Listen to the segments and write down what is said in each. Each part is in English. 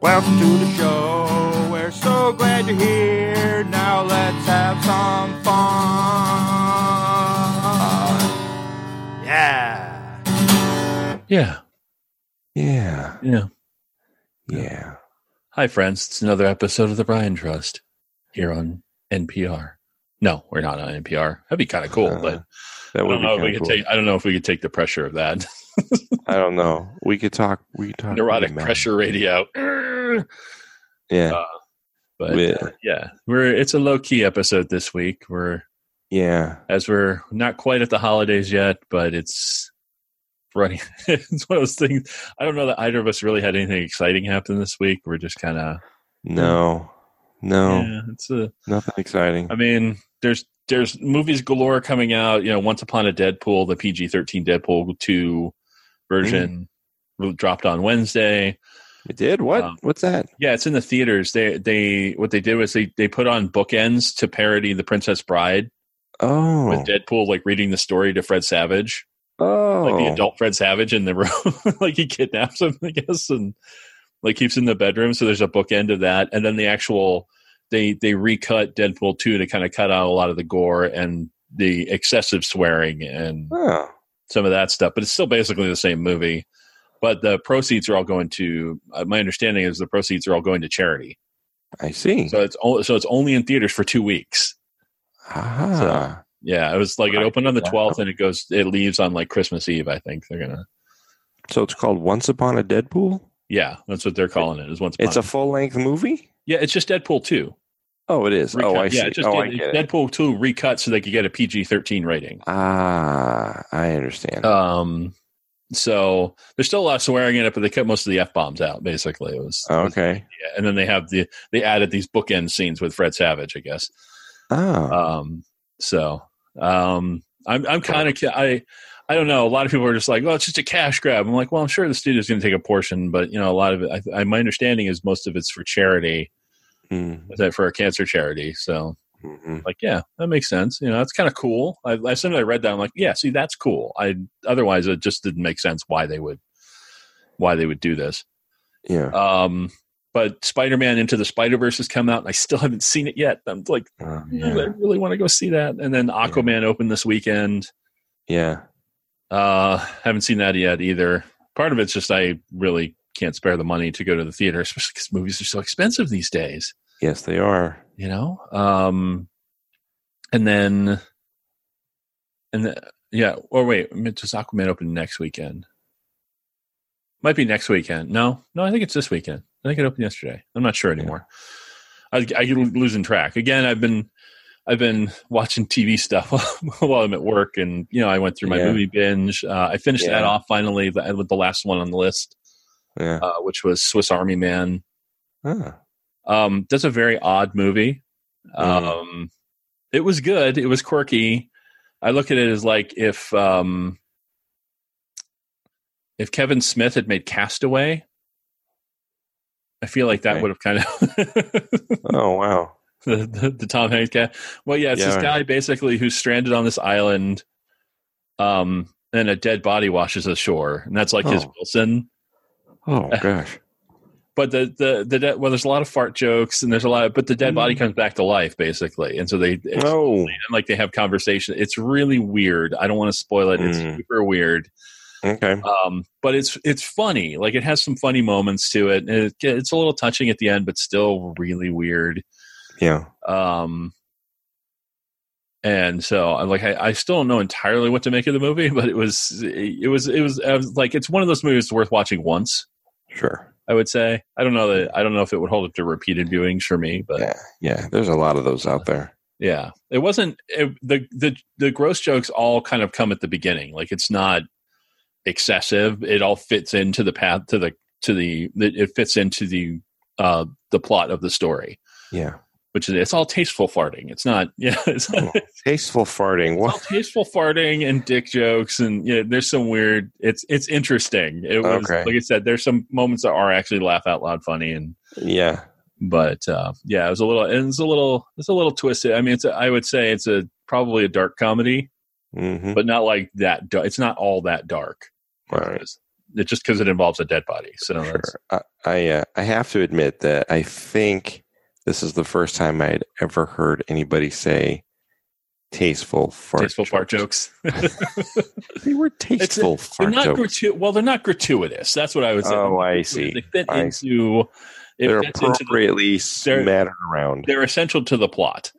Welcome to the show. We're so glad you're here. Now let's have some fun. Yeah. Yeah. Yeah. Yeah. Yeah. Hi, friends. It's another episode of the Brian Trust here on NPR. No, we're not on NPR. That'd be kind of cool, but Uh, I That would don't be know if kind we of could cool. take. I don't know if we could take the pressure of that I don't know. We could talk. We could talk. neurotic about- pressure radio. Yeah. Uh, But We- uh, yeah, we're it's a low key episode this week. We're yeah. as we're not quite at the holidays yet, but it's running. it's one of those things. I don't know that either of us really had anything exciting happen this week. We're just kind of No. No. yeah, it's a Nothing exciting. I mean, there's there's movies galore coming out. You know, Once Upon a Deadpool, the PG-13 Deadpool two version re- dropped on Wednesday. it did. What? um, What's that? Yeah, it's in the theaters. They they what they did was they they put on bookends to parody The Princess Bride Oh. with Deadpool like reading the story to Fred Savage, oh. like the adult Fred Savage in the room, like he kidnaps him, I guess, and like keeps him in the bedroom. So there's a bookend of that, and then the actual they they recut Deadpool two to kind of cut out a lot of the gore and the excessive swearing and Oh. some of that stuff. But it's still basically the same movie. But the proceeds are all going to. Uh, my understanding is the proceeds are all going to charity. I see. So it's o- so it's only in theaters for two weeks. ah. Yeah, it was like it Right. opened on the Wow. twelfth and it goes it leaves on like Christmas Eve. I think they're gonna. So, it's called Once Upon a Deadpool. Yeah, that's what they're calling it. Is once upon It's a full length movie. Yeah, it's just Deadpool 2. Oh, it is. Oh, I Recut- see. Yeah, it's just oh, I it's get it. Deadpool 2 recut so they could get a PG 13 rating. Ah, I understand. Um, so there's still a lot of swearing in it, but they cut most of the F bombs out, basically. It was, okay. yeah. And then they have the, they added these bookend scenes with Fred Savage, I guess. Oh. Um, so, um, I'm, I'm kind of, I, I don't know. A lot of people are just like, well, it's just a cash grab. I'm like, well, I'm sure the studio's going to take a portion, but you know, a lot of it, I, I, my understanding is most of it's for charity, Mm. that for a cancer charity. So, Mhm. like yeah that makes sense you know that's kind of cool I, as soon as i read that i'm like yeah see that's cool i otherwise it just didn't make sense why they would why they would do this Yeah. um but spider-man into the spider-verse has come out and i still haven't seen it yet i'm like Oh, "Ooh, i yeah. really want to go see that and then aquaman opened this weekend Yeah. uh haven't seen that yet either part of it's just i really can't spare the money to go to the theater especially because movies are so expensive these days Yes, they are. you know um and then and the, yeah or wait I mean, does aquaman open next weekend might be next weekend no no i think it's this weekend i think it opened yesterday i'm not sure Yeah. anymore i i get losing track again i've been i've been watching tv stuff while i'm at work and you know i went through my Yeah. movie binge uh, i finished that Yeah. off finally the, the last one on the list Yeah. uh, which was swiss army man Ah. um, that's a very odd movie. Um, Mm. It was good. It was quirky. I look at it as like if um, if Kevin Smith had made Castaway. I feel like that Okay. would have kind of Oh wow. the, the, the Tom Hanks guy. Well, yeah, it's Yeah. this guy basically who's stranded on this island, um, and a dead body washes ashore, and that's like his Oh. Wilson. Oh gosh. but the the the dead, well, there's a lot of fart jokes and there's a lot, of, but the dead body Mm. comes back to life basically, and so they it's, No. and, like they have conversation. It's really weird. I don't want to spoil it. It's Mm. super weird, Okay. um, but it's it's funny. Like it has some funny moments to it, and it, it's a little touching at the end, but still really weird. Yeah. Um, and so I like I, I still don't know entirely what to make of the movie, but it was it was it was, I was like it's one of those movies worth watching once. Sure. I would say. I don't know that I don't know if it would hold up to repeated viewings for me, but yeah, Yeah. Yeah. There's a lot of those out there. it wasn't it, the the the gross jokes all kind of come at the beginning. Like it's not excessive. It all fits into the path to the to the it fits into the uh the plot of the story, Yeah. which is it's all tasteful farting. It's not yeah, it's not, Oh, Tasteful farting. Well, What? tasteful farting and dick jokes and yeah, there's some weird. It's it's interesting. It was Okay. like I said, there's some moments that are actually laugh out loud funny and Yeah. but uh, yeah, it was a little, and it's a little, it's a little twisted. I mean, it's, a, I would say it's a probably a dark comedy, Mm-hmm. but not like that. da- It's not all that dark. All right. It's- It's just because it involves a dead body. So that's- Sure. I I, uh, I have to admit that I think this is the first time I'd ever heard anybody say tasteful fart tasteful fart jokes. They were tasteful they're fart not jokes. gratu- Well, they're not gratuitous. That's what I would say. Oh, I see. They fit I see. into. It They're fits into the, appropriately They're- smattered around. they're essential to the plot.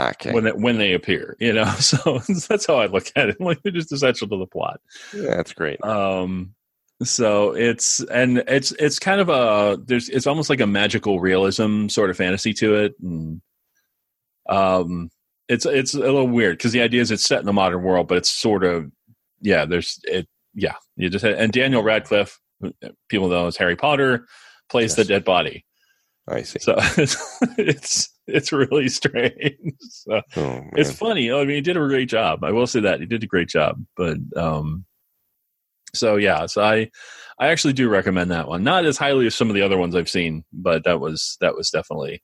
Okay. when they, when they appear, you know. So that's how I look at it. Like they're just essential to the plot. That's great. Um, so it's and it's it's kind of a there's it's almost like a magical realism sort of fantasy to it, and um, it's it's a little weird because the idea is it's set in the modern world, but it's sort of yeah. There's it yeah. You just had, and Daniel Radcliffe, people know as Harry Potter, plays the Yes. dead body. I see. So it's it's, it's really strange. So oh, man. it's funny. I mean, he did a great job. I will say that he did a great job. But um, so yeah, so I I actually do recommend that one. Not as highly as some of the other ones I've seen, but that was that was definitely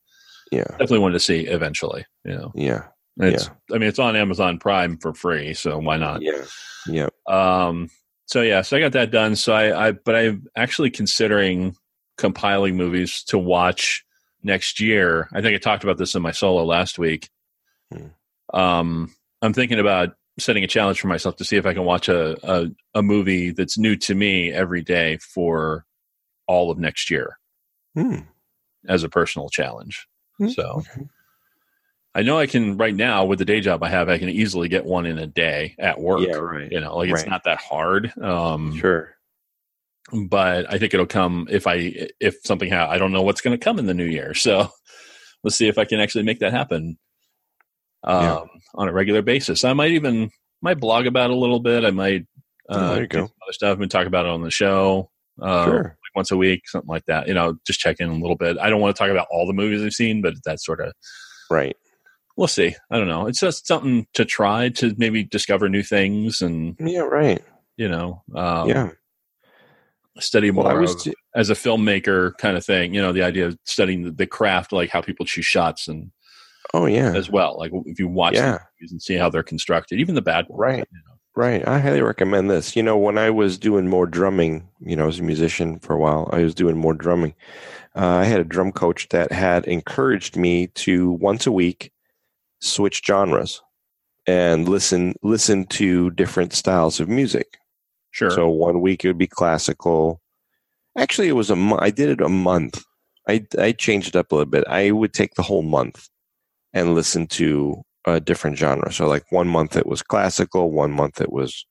yeah. definitely one to see eventually. You know, Yeah. it's I mean it's on Amazon Prime for free, so why not? Yeah. Yeah. Um, so yeah, so I got that done. So I, I but I'm actually considering compiling movies to watch next year. I think I talked about this in my solo last week. Um, I'm thinking about setting a challenge for myself to see if I can watch a, a, a movie that's new to me every day for all of next year Hmm. as a personal challenge. Hmm. So Okay. I know I can right now with the day job I have, I can easily get one in a day at work. Yeah. Right. You know, like it's Right. not that hard. Um, Sure. but I think it'll come if I if something ha- I don't know what's going to come in the new year. So let's see if I can actually make that happen um, Yeah. on a regular basis. I might even might blog about it a little bit. I might Oh, uh, there you do go. some other stuff and talk about it on the show. Uh, sure. like once a week, something like that. You know, just check in a little bit. I don't want to talk about all the movies I've seen, but that's sort of Right. we'll see. I don't know. It's just something to try to maybe discover new things and Yeah. Right. you know, um, yeah. study more. Well, I was. of- ju- as a filmmaker kind of thing you know the idea of studying the, the craft like how people choose shots and oh yeah. as well like if you watch Yeah. the movies and see how they're constructed even the bad ones, Right. you know. Right. I highly recommend this. You know, when I was doing more drumming, you know, I was a musician for a while. I was doing more drumming. Uh, I had a drum coach that had encouraged me to once a week switch genres and listen listen to different styles of music. sure So one week it would be classical. Actually, it was a month. I did it a month. I I changed it up a little bit. I would take the whole month and listen to a different genre. So like one month it was classical, one month it was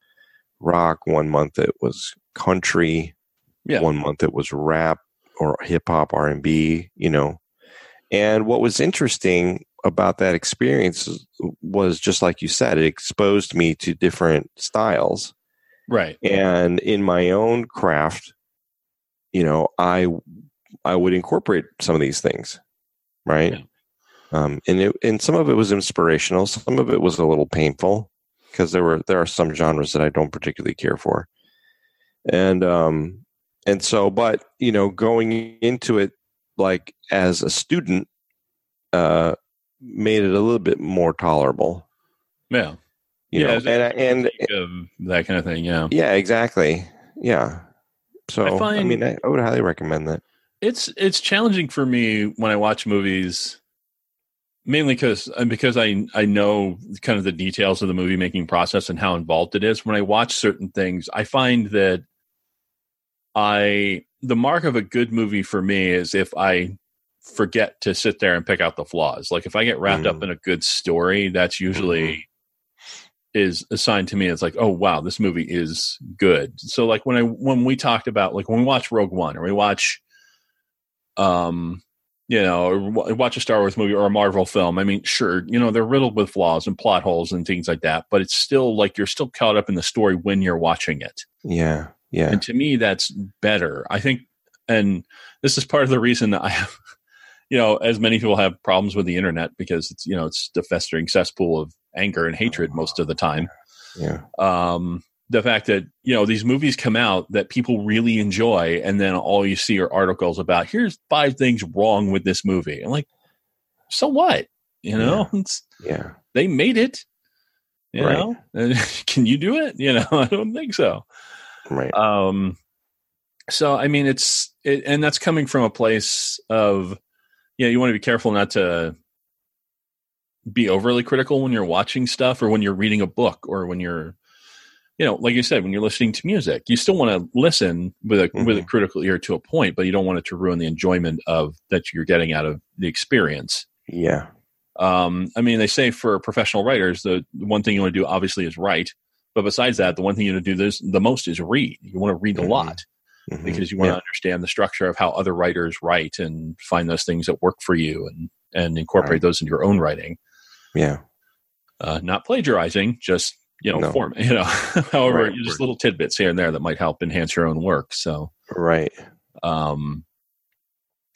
rock, one month it was country, Yeah. one month it was rap or hip hop, R and B. You know. And what was interesting about that experience was just like you said, it exposed me to different styles right and in my own craft you know i i would incorporate some of these things right Yeah. um and it and some of it was inspirational some of it was a little painful because there were there are some genres that i don't particularly care for and um and so but you know going into it like as a student uh made it a little bit more tolerable yeah you Yeah, know it's- and I- and Um, that kind of thing yeah yeah, exactly. Yeah. So I I, find- mean, I, I would highly recommend that. it's it's challenging for me when I watch movies, mainly because because I I know kind of the details of the movie making process and how involved it is. When I watch certain things, I find that I the mark of a good movie for me is if I forget to sit there and pick out the flaws. Like if I get wrapped up Mm. in a good story, that's usually is assigned to me as like, oh wow, this movie is good. So like when I when we talked about like when we watch Rogue One or we watch um you know or wa- watch a Star Wars movie or a Marvel film, I mean sure, you know, they're riddled with flaws and plot holes and things like that, but it's still like you're still caught up in the story when you're watching it. Yeah. Yeah. And to me, that's better. I think, and this is part of the reason that I have, you know, as many people have problems with the internet because it's, you know, it's the festering cesspool of anger and hatred most of the time. Yeah. Um, the fact that, you know, these movies come out that people really enjoy, and then all you see are articles about here's five things wrong with this movie. And like, so what? You know, it's, Yeah. they made it. You Right. know, can you do it? You know, I don't think so Right. um so I mean, it's it, and that's coming from a place of yeah, you want to be careful not to be overly critical when you're watching stuff or when you're reading a book or when you're you know like you said when you're listening to music you still want to listen with a with a critical ear to a point but you don't want it to ruin the enjoyment of that you're getting out of the experience Yeah. um, i mean they say for professional writers the the one thing you want to do obviously is write but besides that the one thing you want to do this the most is read you want to read a Mhm. lot Mhm. because you want Yeah. to understand the structure of how other writers write and find those things that work for you and and incorporate Right. those into your own writing Yeah. uh, not plagiarizing, just you know, No. form you know, however, Right, just right. little tidbits here and there that might help enhance your own work. So, Right. um,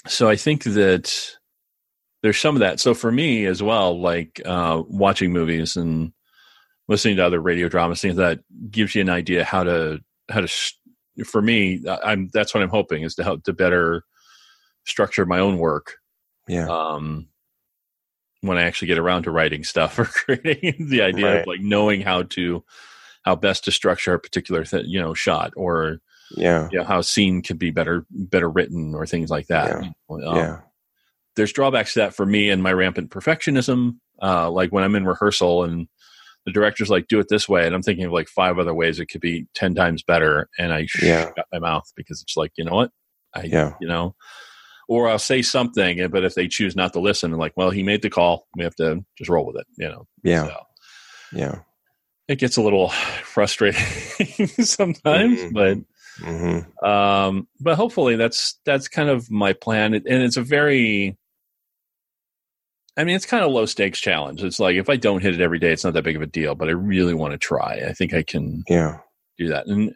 so I think that there's some of that. So for me as well, like uh, watching movies and listening to other radio dramas, things that gives you an idea how to how to. s for me, I- I'm that's what I'm hoping is to help to better structure my own work Yeah. um, when I actually get around to writing stuff or creating the idea of Right. like knowing how to how best to structure a particular th- you know shot or Yeah. you know, how a scene could be better better written or things like that. Yeah. Um, yeah. There's drawbacks to that for me and my rampant perfectionism. Uh, like when I'm in rehearsal and the director's like, "Do it this way," and I'm thinking of like five other ways it could be ten times better, and I Yeah. shut my mouth because it's like, you know what, I Yeah. you know or i'll say something and- but if they choose not to listen I'm like well he made the call we have to just roll with it you know Yeah. so Yeah. it gets a little frustrating sometimes Mhm. but hmm um but hopefully that's that's kind of my plan It- and it's a very i mean it's kind of low stakes challenge it's like if i don't hit it every day it's not that big of a deal but i really want to try i think i can Yeah. do that. And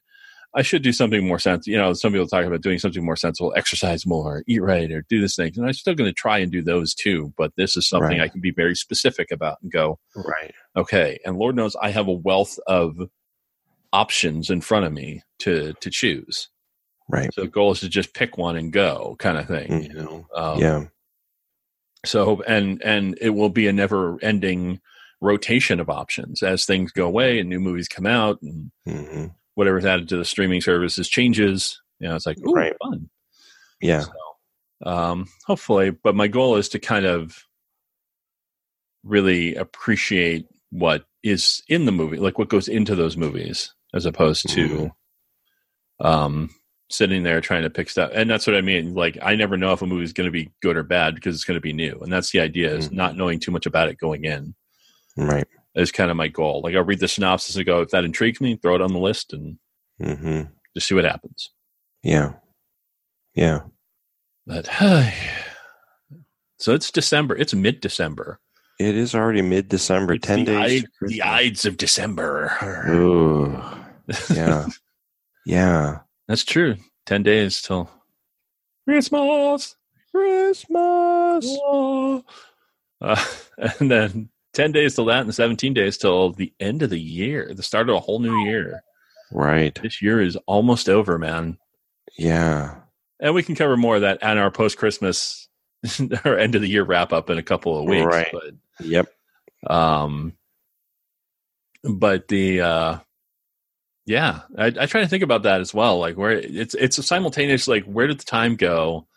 I should do something more sensible. You know, some people talk about doing something more sensible, exercise more, eat right, or do this thing. And I'm still going to try and do those too. But this is something Right. I can be very specific about and go, Right. okay. And Lord knows I have a wealth of options in front of me to to choose. Right. So the goal is to just pick one and go, kind of thing. You Mhm. know. Um, yeah. so and and it will be a never ending rotation of options as things go away and new movies come out and hmm whatever's added to the streaming services changes. You know, it's like, ooh, Right. fun. Yeah. So, um, hopefully, but my goal is to kind of really appreciate what is in the movie, like what goes into those movies, as opposed to um, sitting there trying to pick stuff. And that's what I mean. Like, I never know if a movie is going to be good or bad because it's going to be new. And that's the idea is Mhm. not knowing too much about it going in Right. is kind of my goal. Like, I'll read the synopsis and go, if that intrigues me, throw it on the list and hmm just see what happens. Yeah. Yeah. But so it's December. It's mid December. It is already mid December, 10 the days. Id- to the Christmas. Ides of December. Ooh. Yeah. yeah. That's true. Ten days till Christmas. Christmas. Oh. Uh, and then ten days till that, and seventeen days till the end of the year, the start of a whole new year. Right. This year is almost over, man. Yeah. And we can cover more of that on our post Christmas, our end of the year wrap up in a couple of weeks. Right. But Yep. um but the uh yeah I, I try to think about that as well like where it's it's a simultaneous like where did the time go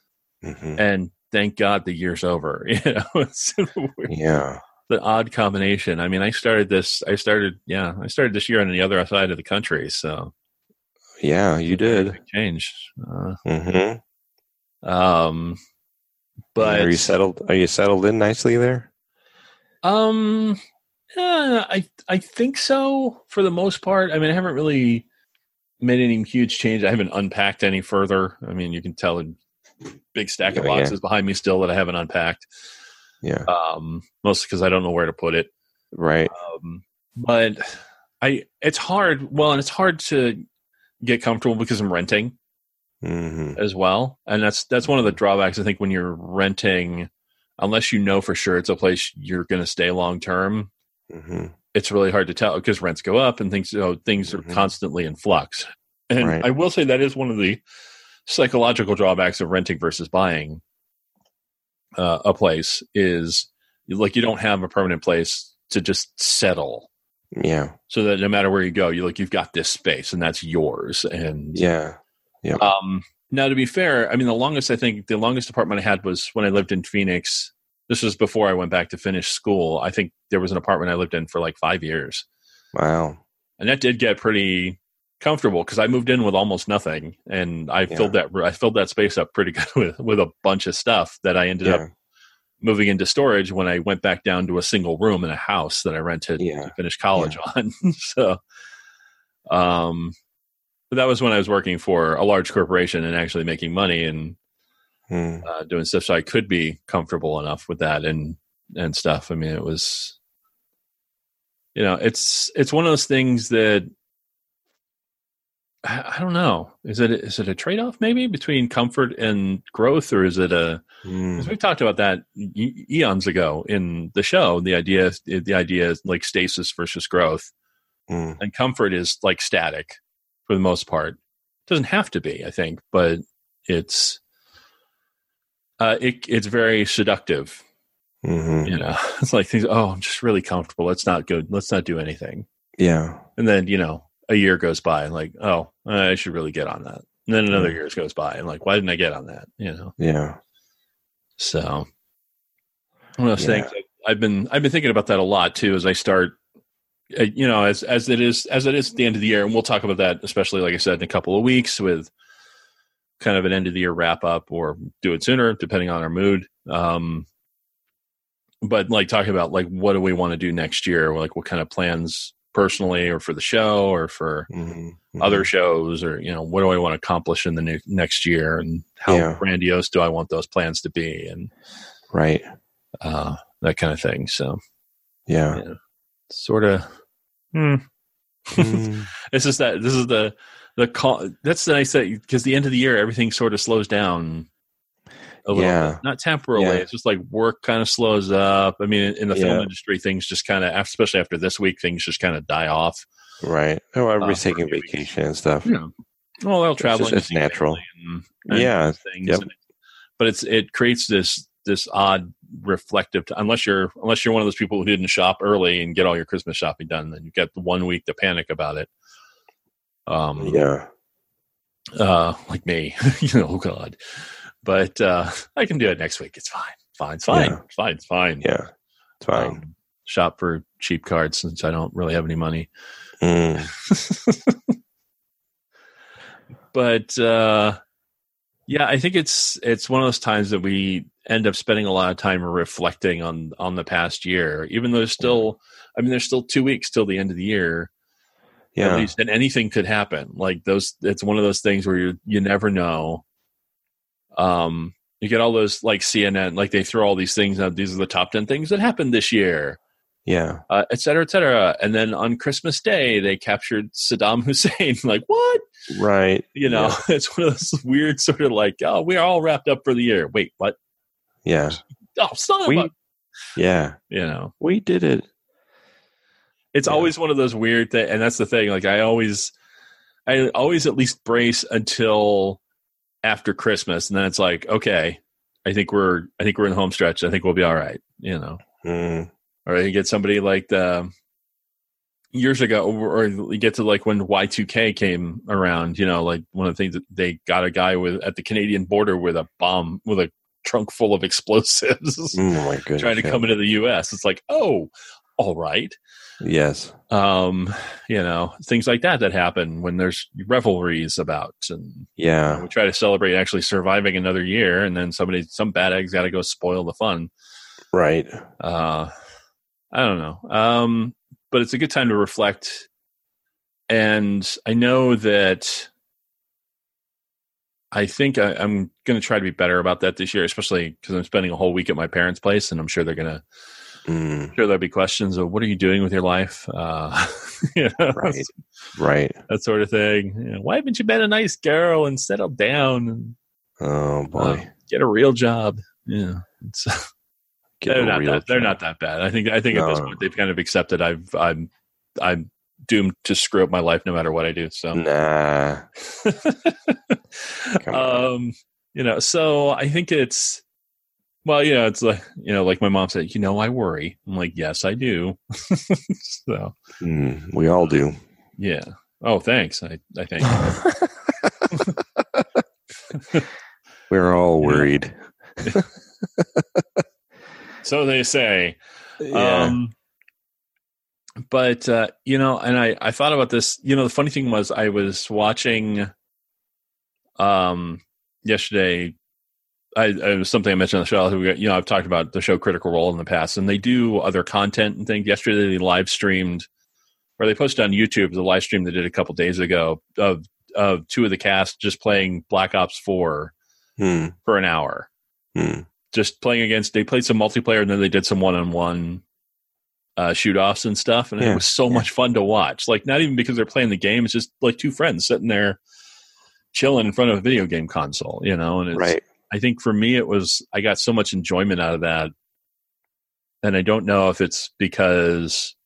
hmm and thank god the year's over you know it's sort of weird. Yeah. the odd combination i mean i started this i started yeah i started this year on the other side of the country so Yeah. You did. big change uh, Mm-hmm. um but are you settled? Are you settled in nicely there? Um, yeah, I I think so for the most part. I mean, I haven't really made any huge change. I haven't unpacked any further. I mean, you can tell a big stack of Yeah, yeah. boxes behind me still that I haven't unpacked. Yeah. Um, mostly because I don't know where to put it. Right. Um, but I it's hard. Well, and it's hard to get comfortable because I'm renting hmm as well and that's that's one of the drawbacks i think when you're renting unless you know for sure it's a place you're going to stay long term hmm it's really hard to tell because rents go up and things you know, things Mhm. are constantly in flux. And Right. I will say that is one of the psychological drawbacks of renting versus buying uh, a place is like you don't have a permanent place to just settle Yeah. so that no matter where you go you like you've got this space and that's yours and Yeah. Yeah. Um, now, to be fair, I mean, the longest I think the longest apartment I had was when I lived in Phoenix. This was before I went back to finish school. I think there was an apartment I lived in for like five years, Wow. and that did get pretty comfortable because I moved in with almost nothing, and I Yeah. filled that I filled that space up pretty good with with a bunch of stuff that I ended up Yeah. moving into storage when I went back down to a single room in a house that I rented Yeah. to finish college on. so, um, but that was when I was working for a large corporation and actually making money and Hmm. uh, doing stuff, so I could be comfortable enough with that and and stuff. I mean, it was, you know, it's it's one of those things that I, I don't know. Is it is it a trade off maybe between comfort and growth, or is it a Hmm. 'Cause we've talked about that e- eons ago in the show. The idea, the idea is like stasis versus growth, Hmm. and comfort is like static for the most part. It doesn't have to be, I think, but it's uh, it, it's very seductive. Mhm. You know, it's like things. Oh, I'm just really comfortable. Let's not go. Let's not do anything. Yeah. And then you know, a year goes by, and like, oh, I should really get on that. And then another year goes by, and like, why didn't I get on that? You know. Yeah. So one of those Yeah. things I've been I've been thinking about that a lot too as I start uh, you know as as it is as it is at the end of the year and we'll talk about that especially like I said in a couple of weeks with kind of an end of the year wrap up or do it sooner depending on our mood um but like talking about like what do we want to do next year like what kind of plans personally or for the show or for Mhm. other shows or you know what do i want to accomplish in the new, next year and how Yeah. grandiose do i want those plans to be and Mm-hmm. Right. uh, that kind of thing so Yeah. sort of Hmm. this is that this is the the call that's the nice thing because the end of the year everything sort of slows down a little Yeah. bit. not temporarily Yeah. it's just like work kind of slows up i mean in the film Yeah. industry things just kind of especially after this week things just kind of die off Right. Oh, everybody's for a taking few weeks. vacation and stuff. Yeah. well they'll It's travel just- it's natural. and Yeah. things. Yep. And- But it's it creates this this odd reflective t- unless you're unless you're one of those people who didn't shop early and get all your Christmas shopping done, then you get one week to panic about it. Um Yeah. uh like me. you know, oh God. But uh I can do it next week. It's fine. Fine, it's fine. Yeah. It's fine, it's fine. Yeah. It's fine. Um, shop for cheap cards since I don't really have any money. Mm. but uh yeah i think it's it's one of those times that we end up spending a lot of time reflecting on on the past year even though there's still i mean there's still two weeks till the end of the year Yeah. at least and anything could happen like those it's one of those things where you you never know um you get all those like cnn like they throw all these things out these are the top 10 things that happened this year yeah. uh, et cetera et cetera and then on christmas day they captured saddam hussein like what Right. you know, it's one of those weird sort of like, oh, we're all wrapped up for the year. Wait, what? Yeah. Oh, son We- of a, Yeah. you know, We did it. it's Yeah. always one of those weird things, and that's the thing. Like, I always, I always at least brace until after Christmas, and then it's like, okay, I think we're, I think we're in the home stretch. I think we'll be all right, you know. Mm. or you get somebody like the um, years ago or or you get to like when y2k came around you know like one of the things that they got a guy with at the canadian border with a bomb with a trunk full of explosives Mm, my goodness. trying to yeah. come into the us it's like oh all right Yes. um you know things like that that happen when there's revelries about and you know, Yeah. we try to celebrate actually surviving another year and then somebody some bad egg's got to go spoil the fun Right. uh i don't know um but it's a good time to reflect and i know that i think I, i'm going to try to be better about that this year especially because i'm spending a whole week at my parents place and i'm sure they're going to Mm. sure there'll be questions of what are you doing with your life uh you know, Right. Right. that sort of thing You know, why haven't you been a nice girl and settled down and Oh boy. get a real job yeah it's Get they're a not real that, they're job. not that bad. I think I think at this No. point they've kind of accepted I've I'm I'm doomed to screw up my life no matter what I do. So Nah. Mm. Come on. um you know, so I think it's well, you know, it's like you know, like my mom said, you know, I worry. I'm like, yes, I do. so Mm, we all do. yeah. Oh, thanks. I I thank. you. We were all Yeah. worried. So they say. Yeah. Um, but uh, you know, and I I thought about this. You know, the funny thing was I was watching, um, yesterday. I, I it was something I mentioned on the show. We got, you know, I've talked about the show Critical Role in the past, and they do other content and things. Yesterday they live streamed, or they posted on YouTube the live stream they did a couple days ago of of two of the cast just playing Black Ops Four Hmm. for an hour Hmm. just playing against they played some multiplayer and then they did some one-on-one uh shoot offs and stuff and Yeah, it was so yeah. much fun to watch like not even because they're playing the game it's just like two friends sitting there chilling in front of a video game console you know and it's, Right. i think for me it was i got so much enjoyment out of that and i don't know if it's because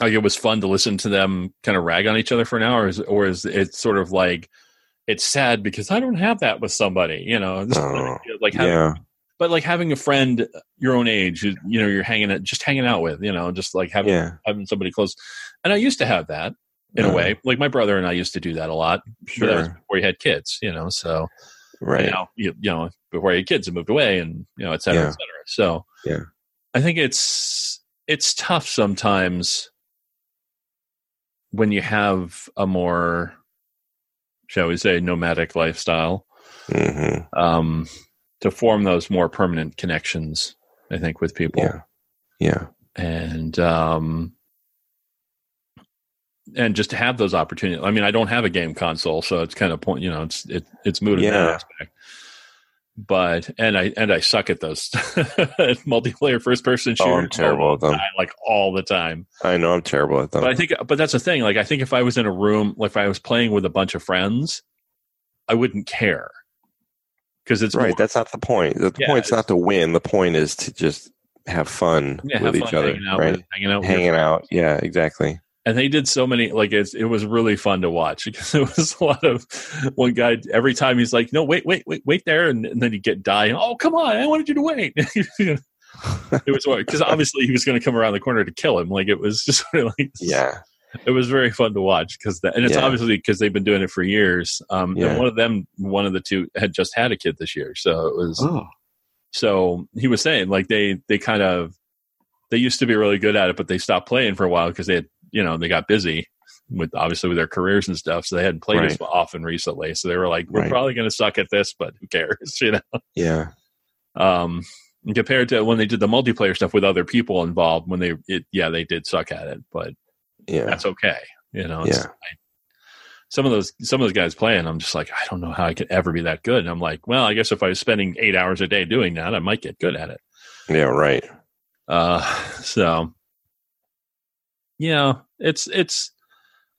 like it was fun to listen to them kind of rag on each other for an hour or is, or is it sort of like it's sad because i don't have that with somebody you know This- Oh, like having Yeah. but like having a friend your own age you, you know you're hanging out just hanging out with you know just like having Yeah. having somebody close and i used to have that in a Uh, way like my brother and i used to do that a lot but that was Sure. before he had kids you know so Right. now you, you know before he had kids and moved away and you know et cetera Yeah. et cetera so Yeah. i think it's it's tough sometimes when you have a more shall we say nomadic lifestyle hmm um, to form those more permanent connections, I think, with people. Yeah. Yeah. And, um, and just to have those opportunities. I mean, I don't have a game console, so it's kind of point, you know, it's, it, it's moot in that Yeah. aspect. But, and I, and I suck at those multiplayer first person shooters. Oh, I'm terrible at them. Oh. I like all the time. I know I'm terrible at them. But I think, but that's the thing. Like, I think if I was in a room, like if I was playing with a bunch of friends, I wouldn't care. Cause it's right. more- That's not the point. The Yeah, point's not to win. The point is to just have fun yeah, with have each fun other. hanging out right. with- hanging out, with your Hanging out. Yeah. Exactly. and they did so many like it's, it was really fun to watch because it was a lot of one guy every time he's like no wait wait wait wait there and, and then you get die oh come on i wanted you to wait it was because obviously he was going to come around the corner to kill him like it was just sort of like Yeah. it was very fun to watch because that and it's Yeah. obviously because they've been doing it for years um Yeah. and one of them one of the two had just had a kid this year so it was so he was saying like they they kind of they used to be really good at it, but they stopped playing for a while because they had you know they got busy with obviously with their careers and stuff, so they hadn't played as often recently. So they were like, we're Right. probably going to suck at this, but who cares, you know? Yeah. Um, and compared to when they did the multiplayer stuff with other people involved, when they it, yeah they did suck at it, but Yeah. that's okay, you know. It's- Yeah. I- some of those some of those guys playing, I'm just like, I don't know how I could ever be that good. And I'm like, well, I guess if I was spending eight hours a day doing that, I might get good at it. Yeah. Right. Uh, so yeah, it's it's.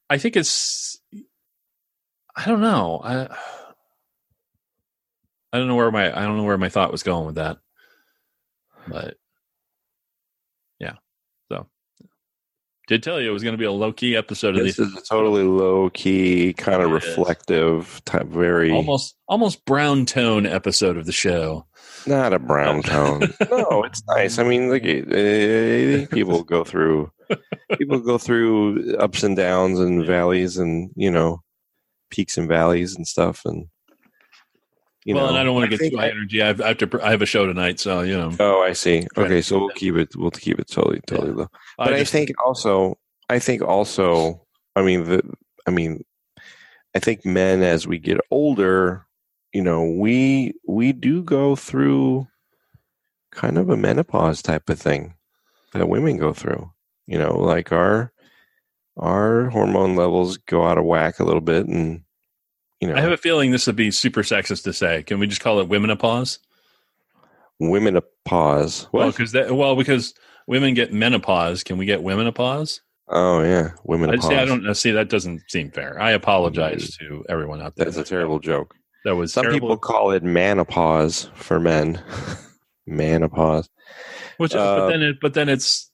I think it's. I don't know. I I don't know where my I don't know where my thought was going with that, but yeah. So did tell you it was going to be a low key episode of This these. is a totally low key, kind of It is. reflective, type, very Almost, almost brown tone episode of the show. not a brown tone. no, it's nice. I mean, like it- I think people go through people go through ups and downs and valleys and you know peaks and valleys and stuff and you well, know. and I don't want to get think too high I- energy. I've, I have to. pr- I have a show tonight, so you know. Oh, I see. Try to Okay, keep so we'll that. keep it. We'll keep it totally, totally low. I but just- I think also, I think also, I mean, the, I mean, I think men as we get older, you know, we we do go through kind of a menopause type of thing that women go through. You know, like our our hormone levels go out of whack a little bit, and you know, I have a feeling this would be super sexist to say. Can we just call it womenopause? women a pause. Well, What? because that well because women get menopause. Can we get womenopause? oh yeah, women a I pause. see. I don't know. See, that doesn't seem fair. I apologize to everyone out there. Mm. That's a terrible joke. That was Some terrible. people call it menopause for men. menopause. which, but uh, then it, but then it's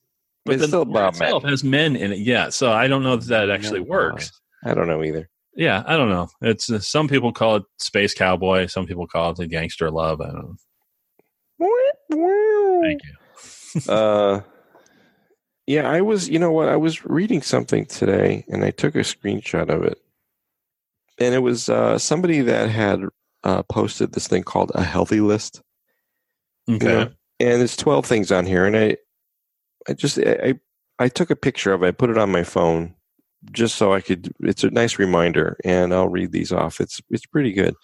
but It's then still the word about men. itself has men in it. Yeah. So I don't know if that actually works. I don't know either. Yeah, I don't know. It's uh, some people call it space cowboy. Some people call it the gangster love. I don't know. Thank you. Uh, yeah, I was. You know what? I was reading something today, and I took a screenshot of it, and it was uh, somebody that had uh, posted this thing called a healthy list, Okay. you know, and there's 12 things on here, and I, I just I I I took a picture of it, I put it on my phone, just so I could. It's a nice reminder, and I'll read these off. It's it's pretty good.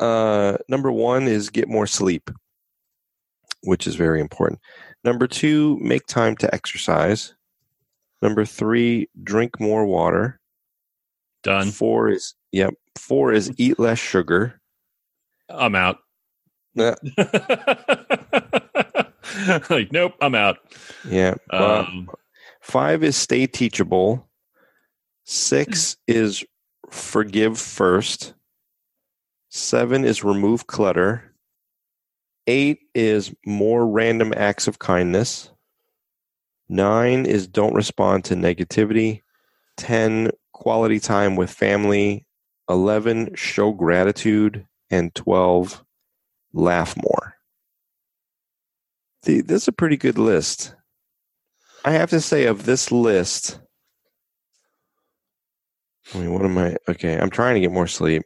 Uh, number one is get more sleep, which is very important. Number two, make time to exercise. Number three, drink more water. Done. Four is yep. Four is eat less sugar. I'm out. Yeah. like, nope, I'm out. Yeah. Uh, Um, five is stay teachable. Six is forgive first. Seven is remove clutter. Eight is more random acts of kindness. Nine is don't respond to negativity. Ten, quality time with family. Eleven, show gratitude. And twelve, laugh more. The, that's a pretty good list. I have to say, of this list, I mean, what am I? Okay, I'm trying to get more sleep.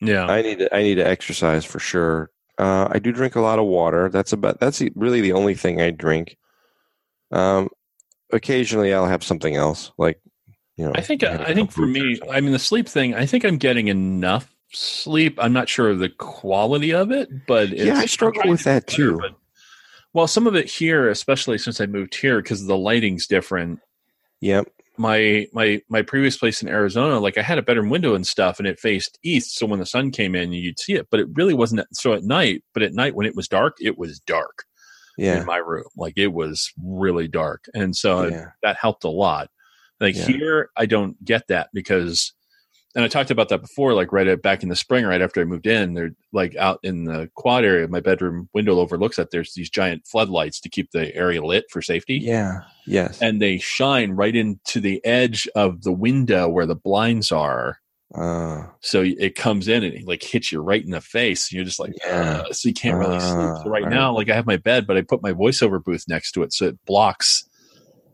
yeah. I need to, I need to exercise for sure. Uh, I do drink a lot of water. That's about that's really the only thing I drink. Um, occasionally I'll have something else like you know. I think have a I think couple for fruits or me, something. I mean the sleep thing. I think I'm getting enough sleep. I'm not sure of the quality of it, but it's, yeah, I I'm struggle trying with to that do better, too. but- well, some of it here, especially since I moved here, because the lighting's different. Yep. My my my previous place in Arizona, like I had a bedroom window and stuff, and it faced east, so when the sun came in, you'd see it. But it really wasn't at- so at night. But at night, when it was dark, it was dark in Yeah. my room. Like it was really dark, and so yeah. that helped a lot. Like Yeah. here, I don't get that because, and I talked about that before, like right at, back in the spring, right after I moved in, they're like out in the quad area, my bedroom window overlooks that there's these giant floodlights to keep the area lit for safety. Yeah. Yes. And they shine right into the edge of the window where the blinds are. Uh, So it comes in and it like hits you right in the face. And you're just like, Yeah. "Ugh," Uh, so you can't really sleep. Ah, So right right. now, like I have my bed, but I put my voiceover booth next to it. So it blocks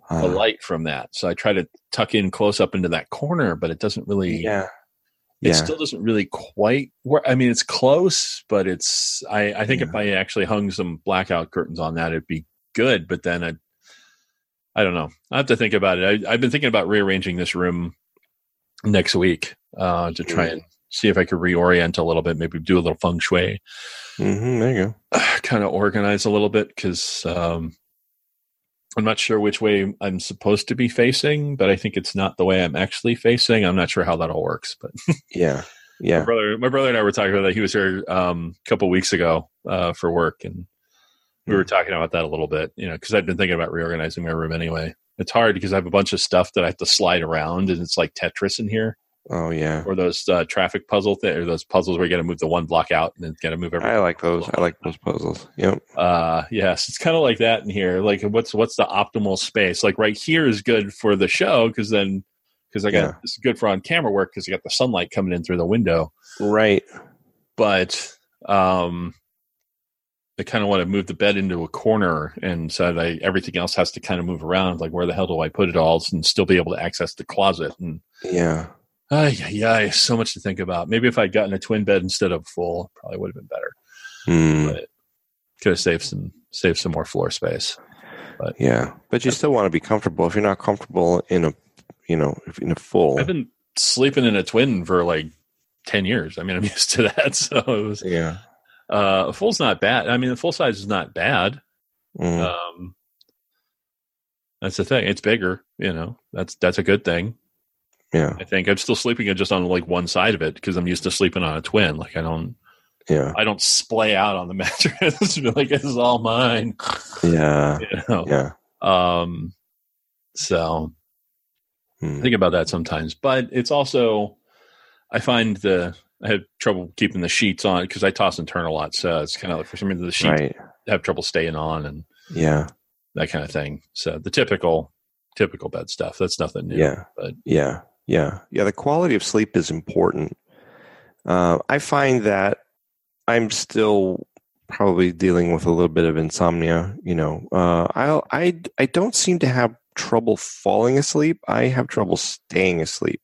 uh, the light from that. So I try to tuck in close up into that corner, but it doesn't really. Yeah. It Yeah. still doesn't really quite work. I mean, it's close, but it's. I I think if Yeah. I actually hung some blackout curtains on that, it'd be good. But then I, I don't know. I have to think about it. I, I've been thinking about rearranging this room next week uh, to try Mhm. and see if I could reorient a little bit. Maybe do a little feng shui hmm there you go. kind of organize a little bit because um, I'm not sure which way I'm supposed to be facing, but I think it's not the way I'm actually facing. I'm not sure how that all works. But Yeah. my Yeah. brother, my brother and I were talking about that. He was here um, a couple weeks ago uh, for work, and we were talking about that a little bit. You know, because I've been thinking about reorganizing my room anyway. It's hard because I have a bunch of stuff that I have to slide around, and it's like Tetris in here, Oh yeah. or those uh, traffic puzzle thing, or those puzzles where you got to move the one block out and then got to move everything. I like those. I like those puzzles. Yep. uh yes it's kind of like that in here like what's what's the optimal space like right here is good for the show because then because i Yeah. got it's good for on camera work because you got the sunlight coming in through the window Right. but um i kind of want to move the bed into a corner and so that I, everything else has to kind of move around like where the hell do i put it all and still be able to access the closet and Yeah. ay, ay, ay, so much to think about maybe if i'd gotten a twin bed instead of a full probably would have been better Hmm. could have saved some saved some more floor space Yeah, but you still want to be comfortable. If you're not comfortable in a, you know, if in a full, I've been sleeping in a twin for like ten years. I mean, I'm used to that. So it was yeah, uh, a full's not bad. I mean, the full size is not bad. Mm. Um, that's the thing. It's bigger. You know, that's that's a good thing. yeah, I think I'm still sleeping in just on like one side of it because I'm used to sleeping on a twin. Like I don't yeah, I don't splay out on the mattress. and be like this is all mine. yeah, You know. yeah. Um. So I Mm. think about that sometimes, but it's also I find the I have trouble keeping the sheets on because I toss and turn a lot, so it's kind of like for some reason the sheets Right. have trouble staying on and Yeah, that kind of thing. So the typical typical bed stuff. That's nothing new. yeah, but- yeah, yeah, yeah. The quality of sleep is important. Uh, I find that I'm still probably dealing with a little bit of insomnia. You know, uh, I I I don't seem to have trouble falling asleep. I have trouble staying asleep.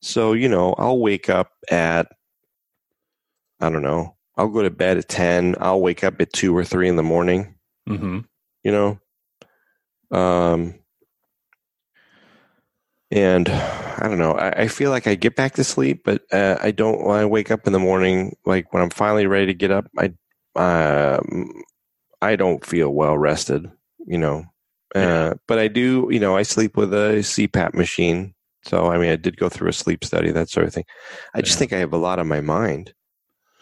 So you know, I'll wake up at I don't know. I'll go to bed at 10. I'll wake up at 2 or 3 in the morning, Mm-hmm. you know? Um, and I don't know. I, I feel like I get back to sleep, but uh, I don't. When I wake up in the morning, like when I'm finally ready to get up, I, um, I don't feel well rested, you know? Uh, Yeah. But I do, you know, I sleep with a CPAP machine. So, I mean, I did go through a sleep study, that sort of thing. I just Yeah. think I have a lot on my mind.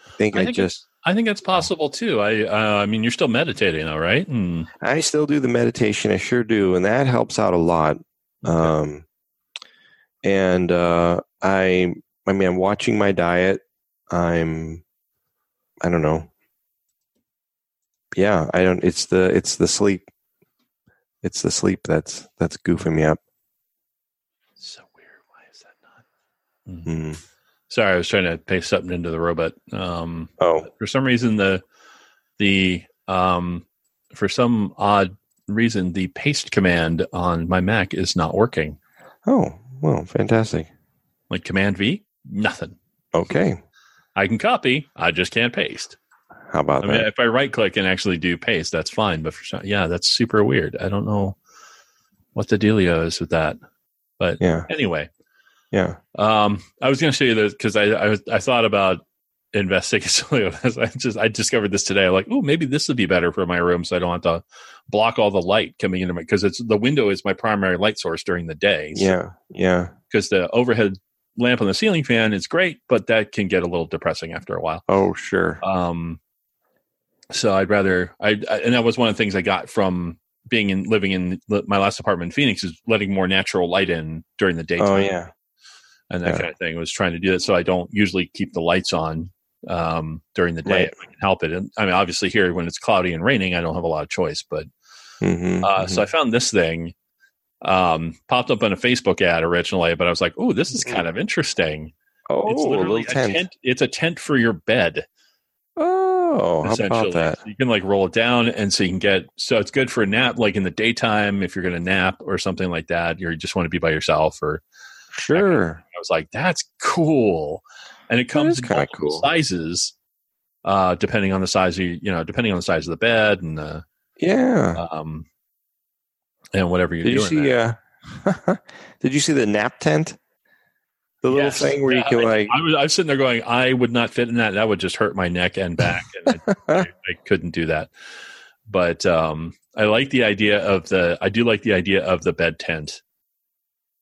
I think I I think just. I think that's possible too. I uh, I mean, you're still meditating though, right? Hmm. And, I still do the meditation. I sure do, and that helps out a lot. Um, and uh, I, I mean, I'm watching my diet. I'm, I don't know. Yeah, I don't. It's the it's the sleep. It's the sleep that's that's goofing me up. so weird. Why is that not? Mm-hmm. Mm. Sorry, I was trying to paste something into the robot. Um, Oh, for some reason, the the um, for some odd reason, the paste command on my Mac is not working. oh, well, fantastic. Like Command V, nothing. Okay, I can copy, I just can't paste. how about I mean, that? if I right click and actually do paste, that's fine. But for some, yeah, that's super weird. I don't know what the dealio is with that. Yeah, Anyway, yeah. Um, I was going to show you this because I, I was- I thought about investing scoliosis. I just I discovered this today. I'm like, oh, maybe this would be better for my room, so I don't have to block all the light coming into my because it's the window is my primary light source during the day. Yeah, yeah. because the overhead lamp on the ceiling fan is great, but that can get a little depressing after a while. Oh, sure. Um, so I'd rather I, I and that was one of the things I got from being in living in the- my last apartment in Phoenix is letting more natural light in during the daytime Oh, yeah. and that Yeah. kind of thing. I was trying to do that, so I don't usually keep the lights on um, during the day Right. if I can help it. And I mean, obviously, here when it's cloudy and raining, I don't have a lot of choice. But Mm-hmm, uh, so I found this thing um, popped up on a Facebook ad originally, but I was like, "Oh, this is kind of interesting." oh, it's Mm-hmm. a little literally a tent. tent. It's a tent for your bed. Oh, how essentially, about that? So you can like roll it down, and so you can get. So it's good for a nap, like in the daytime if you're going to nap or something like that. Or you just want to be by yourself, or Sure. I was like, that's cool. And it is comes in kinda multiple cool. sizes, uh, depending on the size of, you know, depending on the size of the bed and the, Yeah. um, and whatever you're Did you doing. see? there. Uh, did you see the nap tent? The little Yes. thing where Yeah, you can like. I was, I was sitting there going, I would not fit in that. That would just hurt my neck and back. And I, I, I couldn't do that. But, um, I like the idea of the, I do like the idea of the bed tent.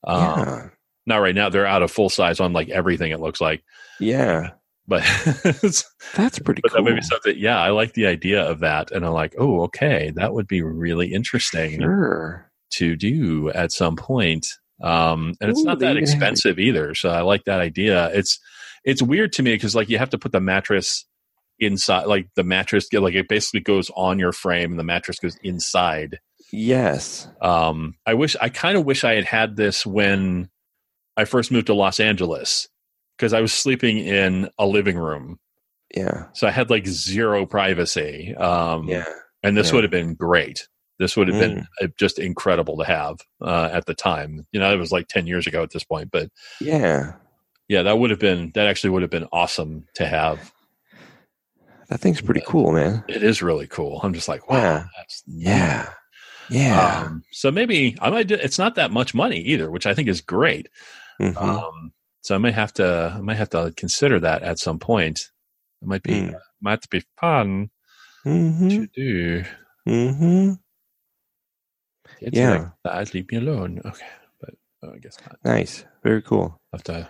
Um, yeah. not right now. They're out of full size on like everything it looks like, Yeah. but it's, That's pretty but cool. that may be something. Yeah, I like the idea of that, and I'm like, oh, okay, that would be really interesting Sure. to do at some point. Um, and it's Ooh, not they that even have it. expensive either, so I like that idea. It's it's weird to me because like you have to put the mattress inside, like the mattress, like it basically goes on your frame, and the mattress goes inside. Yes. Um, I wish I kind of wish I had had this when I first moved to Los Angeles because I was sleeping in a living room Yeah. so I had like zero privacy. Um, Yeah. And this Yeah. Mm. would have been great. This would have been uh, just incredible to have uh, at the time. You know, it was like 10 years ago at this point. But Yeah. yeah, that would have been, that actually would have been awesome to have. That thing's pretty cool, man. It is really cool. I'm just like, wow. Yeah. That's Yeah. Yeah. Um, so maybe I might, do, it's not that much money either, which I think is great. Mhm. Um, so I might have to, I might have to consider that at some point. It might be, Mm. might be fun Mhm. to do. Mhm. It's Yeah. like, "Ah, leave me alone. Okay, but oh, I guess not. Nice. Very cool. I have to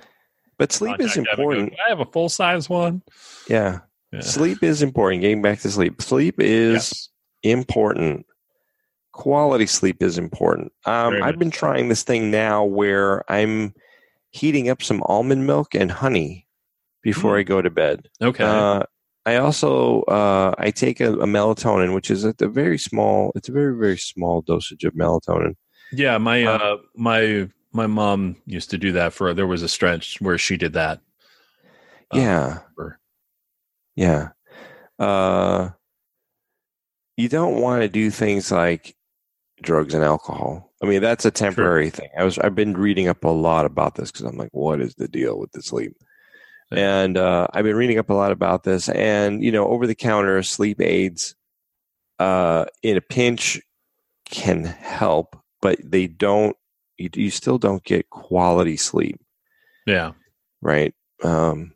But sleep contact is them and go, important. "Do I have a full size one. Yeah. Yeah. Sleep is important. Getting back to sleep. Sleep is Yes. important. Quality sleep is important. Um, Very I've much been so. trying this thing now where I'm heating up some almond milk and honey before Mm. I go to bed. Okay. Uh, I also uh, I take a, a melatonin, which is a, a very small. It's a very very small dosage of melatonin. yeah, my uh, uh, my my mom used to do that for. There was a stretch where she did that. Uh, yeah, for- yeah. Uh, you don't want to do things like drugs and alcohol. I mean, that's a temporary thing. I was I've been reading up a lot about this because I'm like, what is the deal with the sleep? And uh, I've been reading up a lot about this. And, you know, over the counter sleep aids uh, in a pinch can help, but they don't, you, you still don't get quality sleep, Yeah. right? Um,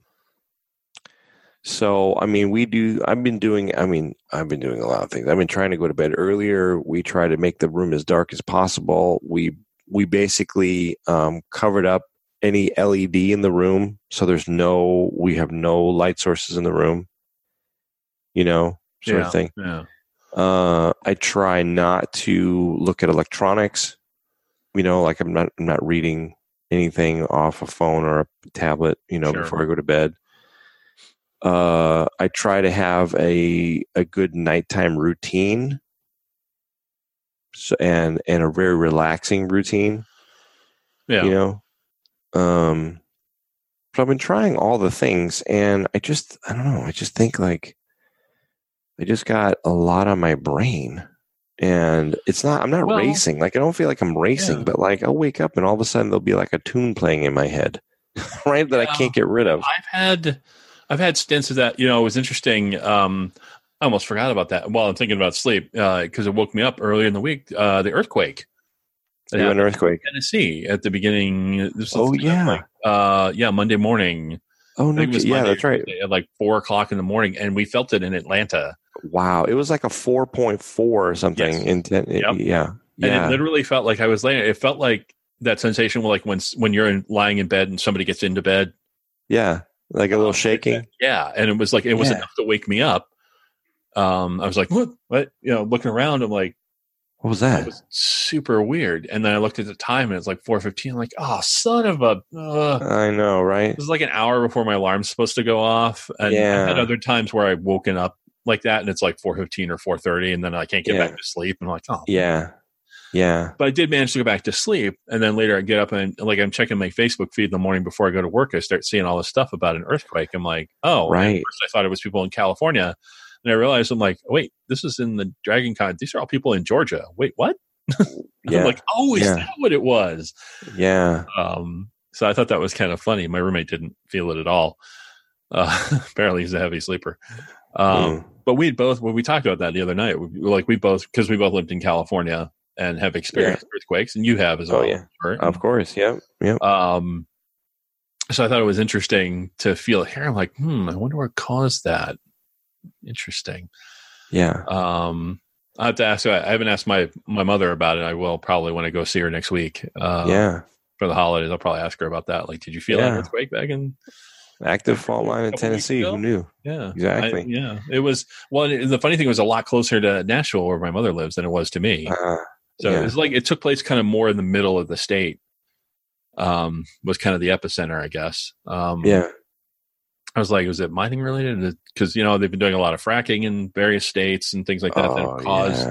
so, I mean, we do, I've been doing, I mean, I've been doing a lot of things. I've been trying to go to bed earlier. We try to make the room as dark as possible. We, we basically um, covered up any LED in the room. So there's no, we have no light sources in the room, you know, sort Yeah. of thing. Yeah. Uh, I try not to look at electronics. You know, like I'm not I'm not reading anything off a phone or a tablet. You know, Sure. before I go to bed. Uh, I try to have a a good nighttime routine. So, and and a very relaxing routine. Yeah. You know, um, so I've been trying all the things, and I just I don't know. I just think like I just got a lot on my brain. And it's not, I'm not Well- racing. Like, I don't feel like I'm racing, Yeah. but like, I'll wake up and all of a sudden there'll be like a tune playing in my head, right? That I Yeah. can't get rid of. I've had I've had stints of that. You know, it was interesting. Um, I almost forgot about that while I'm thinking about sleep because it woke me up earlier in the week. Uh, the earthquake. that Do happened an earthquake. in Tennessee at the beginning. This was- Oh, yeah. uh, yeah, Monday morning. oh, I no. think it was ki- Yeah, Monday or that's right. Tuesday At like four o'clock in the morning, and we felt it in Atlanta. Wow. It was like a 4.4 or something. Yes. In ten, Yep. Yeah. And Yeah. it literally felt like I was laying. It felt like that sensation, like when when you're in, lying in bed and somebody gets into bed. yeah. Like a little Um, shaking. Yeah, and it was like it was Yeah. enough to wake me up. Um, I was like, what? What? You know, looking around, I'm like, What was that that? was super weird. And then I looked at the time, and it's like 4:15. I'm like, oh, son of a. Uh. I know, right? This is like an hour before my alarm's supposed to go off. And Yeah. I've had other times where I've woken up like that, and it's like 4:15 or 4:30, and then I can't get Yeah. back to sleep. And I'm like, oh, Yeah. Yeah. but I did manage to go back to sleep. And then later I get up and like I'm checking my Facebook feed in the morning before I go to work. I start seeing all this stuff about an earthquake. I'm like, oh, Right. At first I thought it was people in California. And I realized I'm like, wait, this is in the Dragon Con. These are all people in Georgia. Wait, what? Yeah. I'm like, oh, is Yeah. that what it was? yeah. Um, so I thought that was kind of funny. My roommate didn't feel it at all. Uh, apparently he's a heavy sleeper. Um, Mm. but we both when we talked about that the other night, we, like we both because we both lived in California and have experienced earthquakes, and you have as Oh, well. yeah. right? Of course. Yep. Yep. Um, so I thought it was interesting to feel it here. I'm like, hmm, I wonder what caused that. Interesting. Yeah. Um, I have to ask. I haven't asked my my mother about it. I will probably when I go see her next week. Uh, yeah. For the holidays, I'll probably ask her about that. Like, did you feel Yeah. that earthquake back in? Active fault line Couple in weeks Tennessee. ago? Who knew? Yeah. Exactly. I- yeah. It was. Well, and the funny thing was a lot closer to Nashville, where my mother lives, than it was to me. Uh, So Yeah. it's like it took place kind of more in the middle of the state. Um, was kind of the epicenter, I guess. Um, yeah, I was like, was it mining related? Because you know they've been doing a lot of fracking in various states and things like that. that Oh, have caused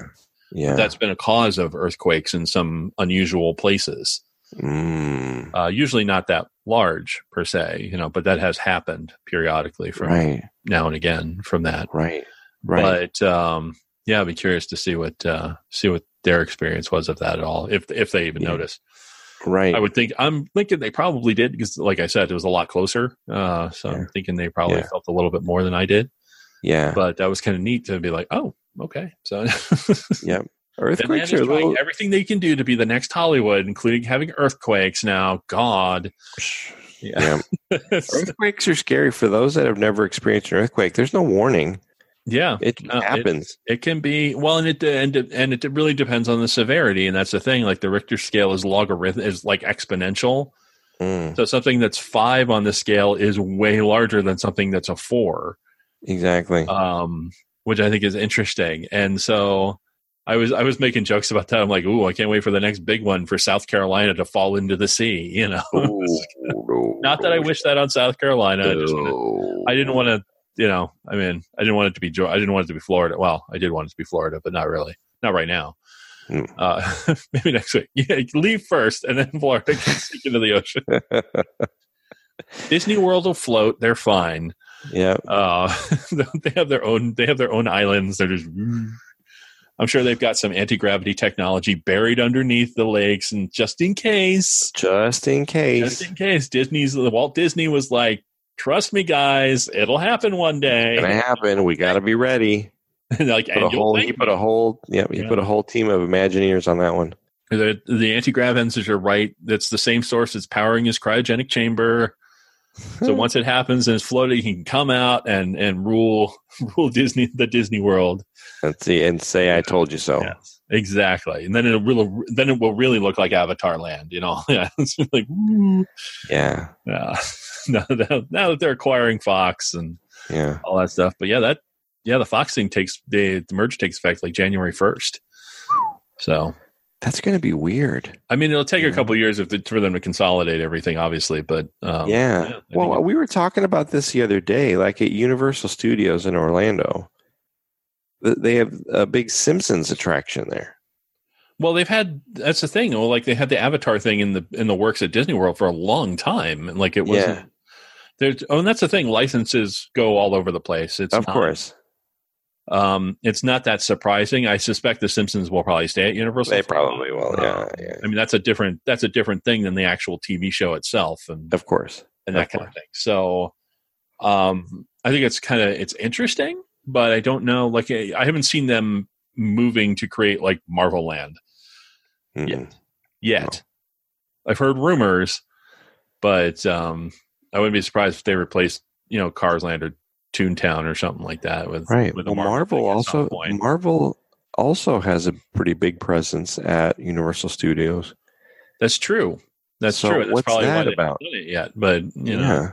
yeah, yeah. that's been a cause of earthquakes in some unusual places. mm, Uh, usually not that large per se, you know, but that has happened periodically from right, now and again from that. right, right. But um, yeah, I'd be curious to see what uh, see what their experience was of that at all, if if they even Yeah. noticed. right. I would think I'm thinking they probably did because, like I said, it was a lot closer. Uh, so Yeah. I'm thinking they probably Yeah. felt a little bit more than I did. yeah, But that was kind of neat to be like, oh, okay. So yep. Atlanta's Earthquakes are a trying little. everything they can do to be the next Hollywood, including having earthquakes. Now, God, yeah, Yeah. Earthquakes are scary for those that have never experienced an earthquake. There's no warning. yeah, It No, it- happens. it can be well, and it and it- and it really depends on the severity, and that's the thing. Like the Richter scale is logarith is like exponential. Mm, So something that's five on the scale is way larger than something that's a four. exactly. um, which I think is interesting. And so I was I was making jokes about that. I'm like, ooh, I can't wait for the next big one for South Carolina to fall into the sea. You know, Oh, not that I wish that on South Carolina. I just wanna, I oh. didn't want to. You know, I mean, I didn't want it to be. Geor- I didn't want it to be Florida. Well, I did want it to be Florida, but not really. Not right now. Hmm. Uh, maybe next week. Yeah, leave first, and then Florida can sink into the ocean. Disney World will float. They're fine. yeah, Uh, they have their own. They have their own islands. They're just. I'm sure they've got some anti gravity technology buried underneath the lakes, and just in case, just in case. just in case, Disney's Walt Disney was like, Trust me, guys, it'll happen one day. Gonna happen. We got to be ready. And like, Put a and you'll whole, thank he put a whole, yeah, he Yeah. put a whole team of Imagineers on that one. The, the anti grav sensors are right. That's the same source that's powering his cryogenic chamber. So once it happens and it's floated, he can come out and and rule rule Disney the Disney World. Let's see, and say I told you so. Yes, exactly. And then it'll really then it will really look like Avatar Land. You know, yeah, it's like woo. Yeah, Yeah. now, that, now that they're acquiring Fox and yeah. all that stuff. But yeah, that yeah, the Fox thing takes the, the merge takes effect like January first. So That's gonna be weird. I mean, it'll take a Yeah. couple years if it, for them to consolidate everything, obviously. But um, yeah. I well, uh, think we were talking about this the other day, like at Universal Studios in Orlando. Th- They have a big Simpsons attraction there. well, they've had that's the thing. Well, like they had the Avatar thing in the in the works at Disney World for a long time, and like it wasn't. Yeah. There's oh, and that's the thing. Licenses go all over the place. It's of not- course, um, it's not that surprising. I suspect the Simpsons will probably stay at Universal. they for a while. probably will. Yeah, Um, yeah. I mean, that's a different that's a different thing than the actual TV show itself, and Of course. and that kind of thing. So, um, I think it's kind of it's interesting, but I don't know. Like, I I haven't seen them moving to create like Marvel Land Mm. yet. Yet, I've heard rumors, but um, I wouldn't be surprised if they replaced you know Cars Land or Toontown or something like that with Right. With a Well, Marvel thing at some also point. Marvel also has a pretty big presence at Universal Studios. That's true. That's So true. That's what's probably why that they haven't about? done it yet, but you know.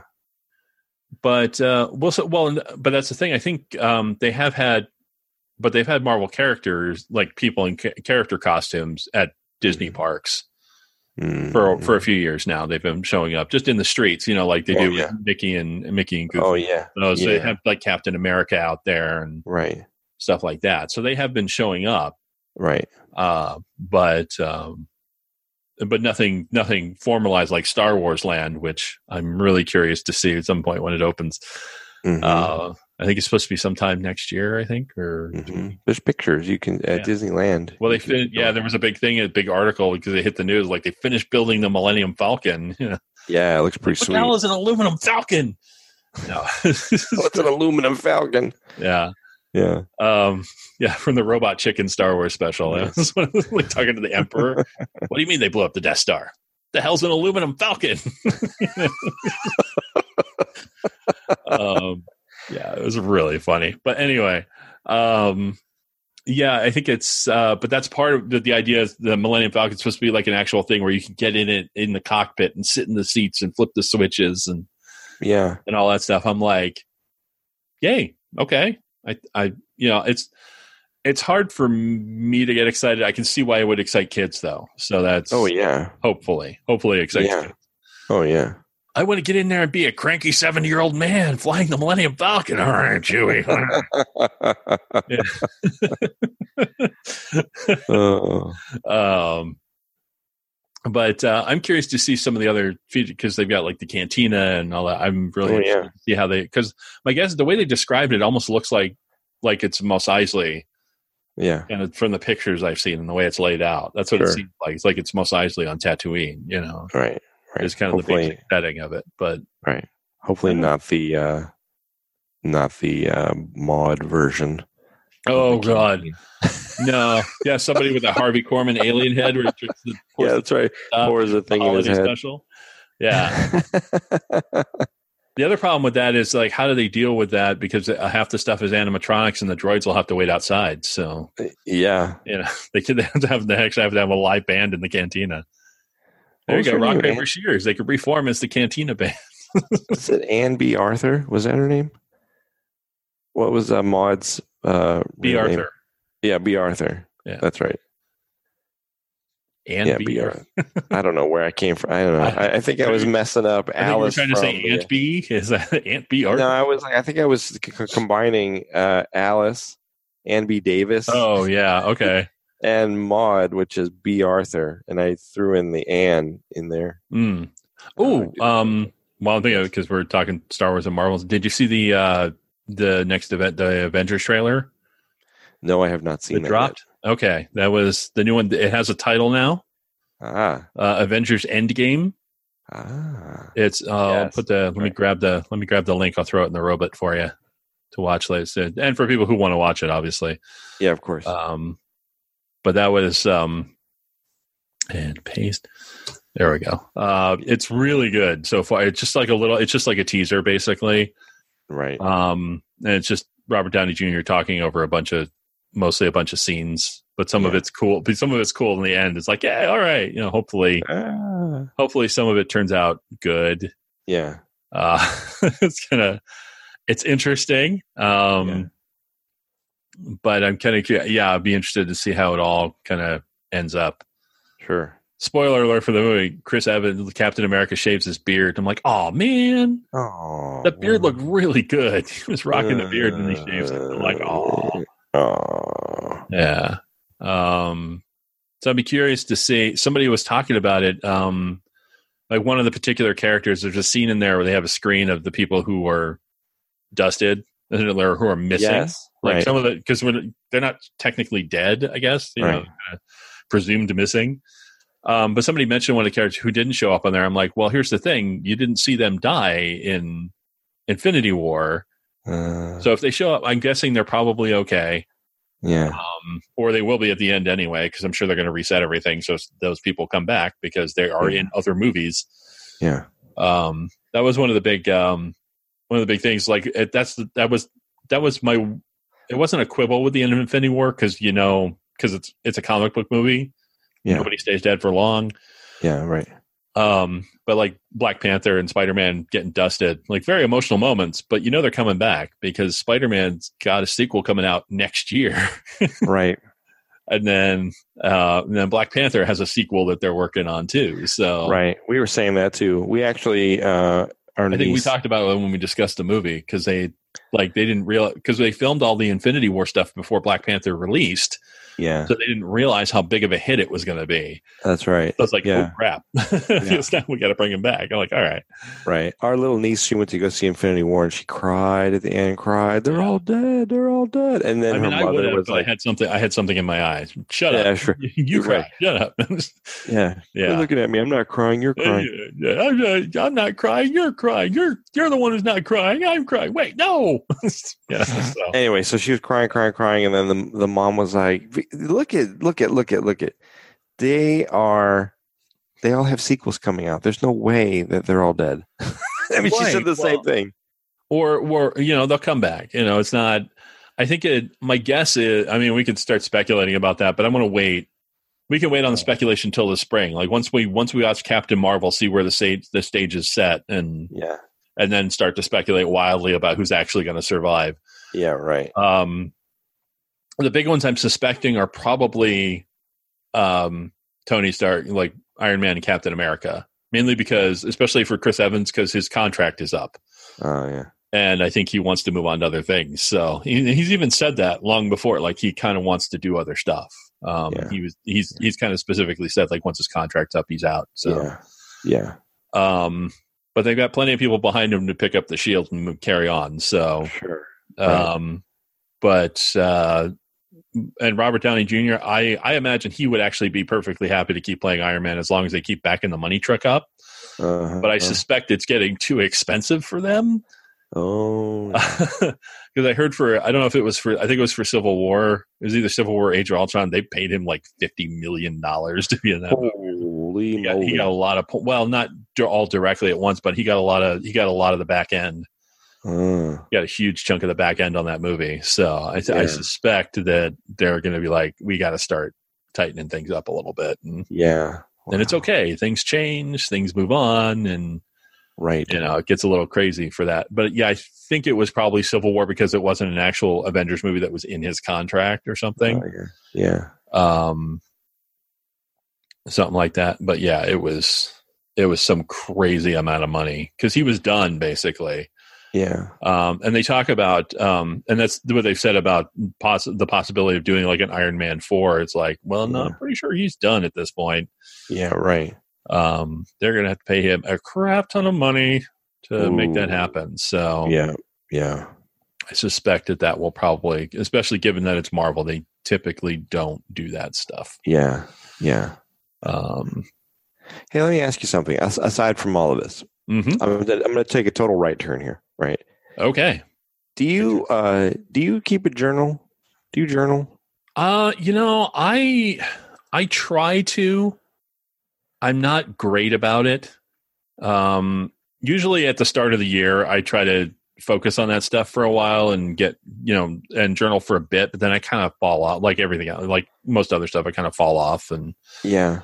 but uh, well, so, well, and- but that's the thing. I think um, they have had, but they've had Marvel characters like people in ca- character costumes at Disney Mm-hmm. parks Mm. for for a few years now. They've been showing up just in the streets, you know, like they Oh, do yeah. with Mickey and Mickey and Goofy. Oh yeah. Uh, so they yeah. have like Captain America out there and Right. stuff like that. So they have been showing up, Right. uh, but um, but nothing nothing formalized like Star Wars Land, which I'm really curious to see at some point when it opens. Mhm. Uh, I think it's supposed to be sometime next year. I think, or Mhm. There's pictures you can at Yeah. Disneyland. well, they you can- fin- yeah, there was a big thing, a big article because they hit the news like they finished building the Millennium Falcon. Yeah. Yeah, it looks pretty What the sweet. hell is an aluminum Falcon? No. Oh, it's an aluminum falcon. yeah, Yeah. um, yeah, from the Robot Chicken Star Wars special. I was like talking to the Emperor. what do you mean they blew up the Death Star? The hell's an aluminum Falcon? um, yeah, it was really funny. But anyway, um, yeah, I think it's. Uh, but that's part of the, the idea. Is the Millennium Falcon's supposed to be like an actual thing where you can get in it in the cockpit and sit in the seats and flip the switches and Yeah. and all that stuff. I'm like, yay, okay. I, I, you know, it's it's hard for me to get excited. I can see why it would excite kids though. So that's Oh yeah. hopefully, hopefully it excites. Yeah. Kids. Oh yeah. I want to get in there and be a cranky seventy year old man flying the Millennium Falcon. All right, Chewie. oh. um, but uh, I'm curious to see some of the other features because they've got like the cantina and all that. I'm really Oh, interested yeah. to see how they because my guess the way they described it, it almost looks like like it's Mos Eisley Yeah. and it- from the pictures I've seen and the way it's laid out, that's what it Sure. seems like. It's like it's most Eisley on Tatooine, you know. Right. Right. It's kind of the basic setting of it, but Right. Hopefully not the uh not the uh mod version. oh Of the god, canteen. no, yeah, somebody with a Harvey Korman alien head, where it's just the, Yeah, that's right. Uh, Or is a thing in his holiday head. special, yeah. The other problem with that is like, how do they deal with that? Because uh, half the stuff is animatronics, and the droids will have to wait outside. So yeah. you know, they could they have to have they actually have to have a live band in the cantina. There What was you go, her rock name? paper shears. They could reform as the cantina band. Was it Anne B. Arthur? Was that her name? What was uh, Maud's uh B. real name? Arthur Yeah, B. Arthur. Yeah. That's right. and yeah, B. B. Arthur. Arthur. I don't know where I came from. I don't know. I, I think I was messing up Alice. I think you were trying to from say the- Ant B. Is that Ant B art? No, I was like, I think I was c- c- combining uh, Alice, Anne B. Davis, Oh yeah. Okay. and Maud, which is B. Arthur, and I threw in the Anne in there. Mm. Oh. Um. Well, I'm thinking because we're talking Star Wars and Marvels. Did you see the uh the next event, the Avengers trailer No, I have not seen that that. dropped? Okay, that was the new one. It has a title now. yet. Ah, Uh, Avengers Endgame. Ah, It's uh, I'll Yes, put the let me right. grab the let me grab the link. I'll throw it in the robot for you to watch later, and for people who want to watch it, obviously. yeah, of course. Um, but that was um, and paste. There we go. Uh, it's really good so far. It's just like a little. It's just like a teaser, basically. right. Um, and it's just Robert Downey Jr. talking over a bunch of mostly a bunch of scenes, but some of Yeah. it's cool. But some of it's cool in the end. It's like, yeah, all right, you know. Hopefully, Ah. hopefully, some of it turns out good. yeah. uh it's gonna it's interesting um but i'm kind of yeah i'd be interested to see how it all kind of ends up Sure. spoiler alert for the movie chris evans captain america shaves his beard i'm like oh man Oh, that beard looked really good he was rocking the beard and he shaves it i'm like oh Uh, Oh. yeah um so i'd be curious to see somebody was talking about it um like one of the particular characters there's a scene in there where they have a screen of the people who are dusted or who are missing Yes. like Right. some of the because when they're not technically dead i guess you know Right. kinda presumed missing um, but somebody mentioned one of the characters who didn't show up on there i'm like well here's the thing you didn't see them die in infinity war Uh, so if they show up i'm guessing they're probably okay yeah. um, or they will be at the end anyway because i'm sure they're going to reset everything so those people come back because they are in other movies Yeah. um, that was one of the big um, one of the big things like it, that's the, that was that was my it wasn't a quibble with the end of infinity war because you know because it's it's a comic book movie Yeah. nobody stays dead for long Yeah. Right. um, but like black panther and spider-man getting dusted like very emotional moments but you know they're coming back because spider-man's got a sequel coming out next year Right. and then uh, and then black panther has a sequel that they're working on too so Right. We were saying that too. We actually, uh, our I think we niece- talked about it when we discussed the movie because they like they didn't realize because they filmed all the Infinity War stuff before Black Panther released, Yeah. so they didn't realize how big of a hit it was going to be. That's right. So it's like, Yeah. oh crap! Because now we got to bring him back. I'm like, all right, Right. Our little niece, she went to go see Infinity War and she cried at the end, cried, they're all dead. They're all dead. And then I mean, her I would mother have, was but I like, had something. I had something in my eyes. Shut yeah, up! sure. You you're crap! right. Shut up! Yeah. You're yeah. looking at me. I'm not crying. You're Yeah, crying. yeah, I'm, not, I'm not crying. You're crying. You're you're the one who's not crying. I'm crying. Wait, no. yeah. So, Anyway, so she was crying, crying, crying, and then the the mom was like, "Look at, look at, look at, look at. They are, they all have sequels coming out. There's no way that they're all dead." I mean, she said Right, the same well- thing. or or you know they'll come back you know it's not i think it my guess is i mean we could start speculating about that but i'm going to wait we can wait on the speculation till the spring like once we once we watch captain marvel see where the stage the stage is set and Yeah, and then start to speculate wildly about who's actually going to survive yeah, right. um the big ones i'm suspecting are probably um tony stark like iron man and captain america mainly because especially for chris evans because his contract is up Oh yeah, and I think he wants to move on to other things. So he, he's even said that long before, like he kind of wants to do other stuff. Um, Yeah. He was he's he's kind of specifically said like once his contract's up, he's out. So, yeah, yeah, um, but they've got plenty of people behind him to pick up the shield and move- carry on. So, sure. um, but uh, and Robert Downey Jr. I I imagine he would actually be perfectly happy to keep playing Iron Man as long as they keep backing the money truck up. Uh-huh. But I suspect it's getting too expensive for them. oh, because I heard for I don't know if it was for I think it was for Civil War. It was either Civil War, or Age of Ultron. They paid him like fifty million dollars to be in that. movie. holy He got, he moly. got a lot of po- well, not di- all directly at once, but he got a lot of he got a lot of the back end. Uh, He got a huge chunk of the back end on that movie. So I, I Yeah. suspect that they're going to be like, we got to start tightening things up a little bit, and, yeah, and it's Wow. okay. Things change, things move on, and right? you know, it gets a little crazy for that. But yeah, I think it was probably Civil War because it wasn't an actual Avengers movie that was in his contract or something. Oh, yeah. yeah, Um something like that. But yeah, it was it was some crazy amount of money cuz he was done basically. yeah, Um and they talk about um and that's what they've said about poss- the possibility of doing like an Iron Man 4. It's like, well, no, I'm pretty sure he's done at this point. yeah, right. Um they're going to have to pay him a crap ton of money to make that Ooh. happen. So Yeah, yeah, I suspect that that will probably, especially given that it's Marvel, they typically don't do that stuff. yeah, yeah. Um, Hey, let me ask you something. As- aside from all of this, Mm-hmm. I'm gonna, I'm going to take a total right turn here. Right? Okay. Do you uh do you keep a journal? Do you journal? Uh, you know, I I try to. I'm not great about it. Um, usually at the start of the year, I try to focus on that stuff for a while and get you know and journal for a bit, but then I kind of fall off, like everything else, like most other stuff. I kind of fall off and Yeah.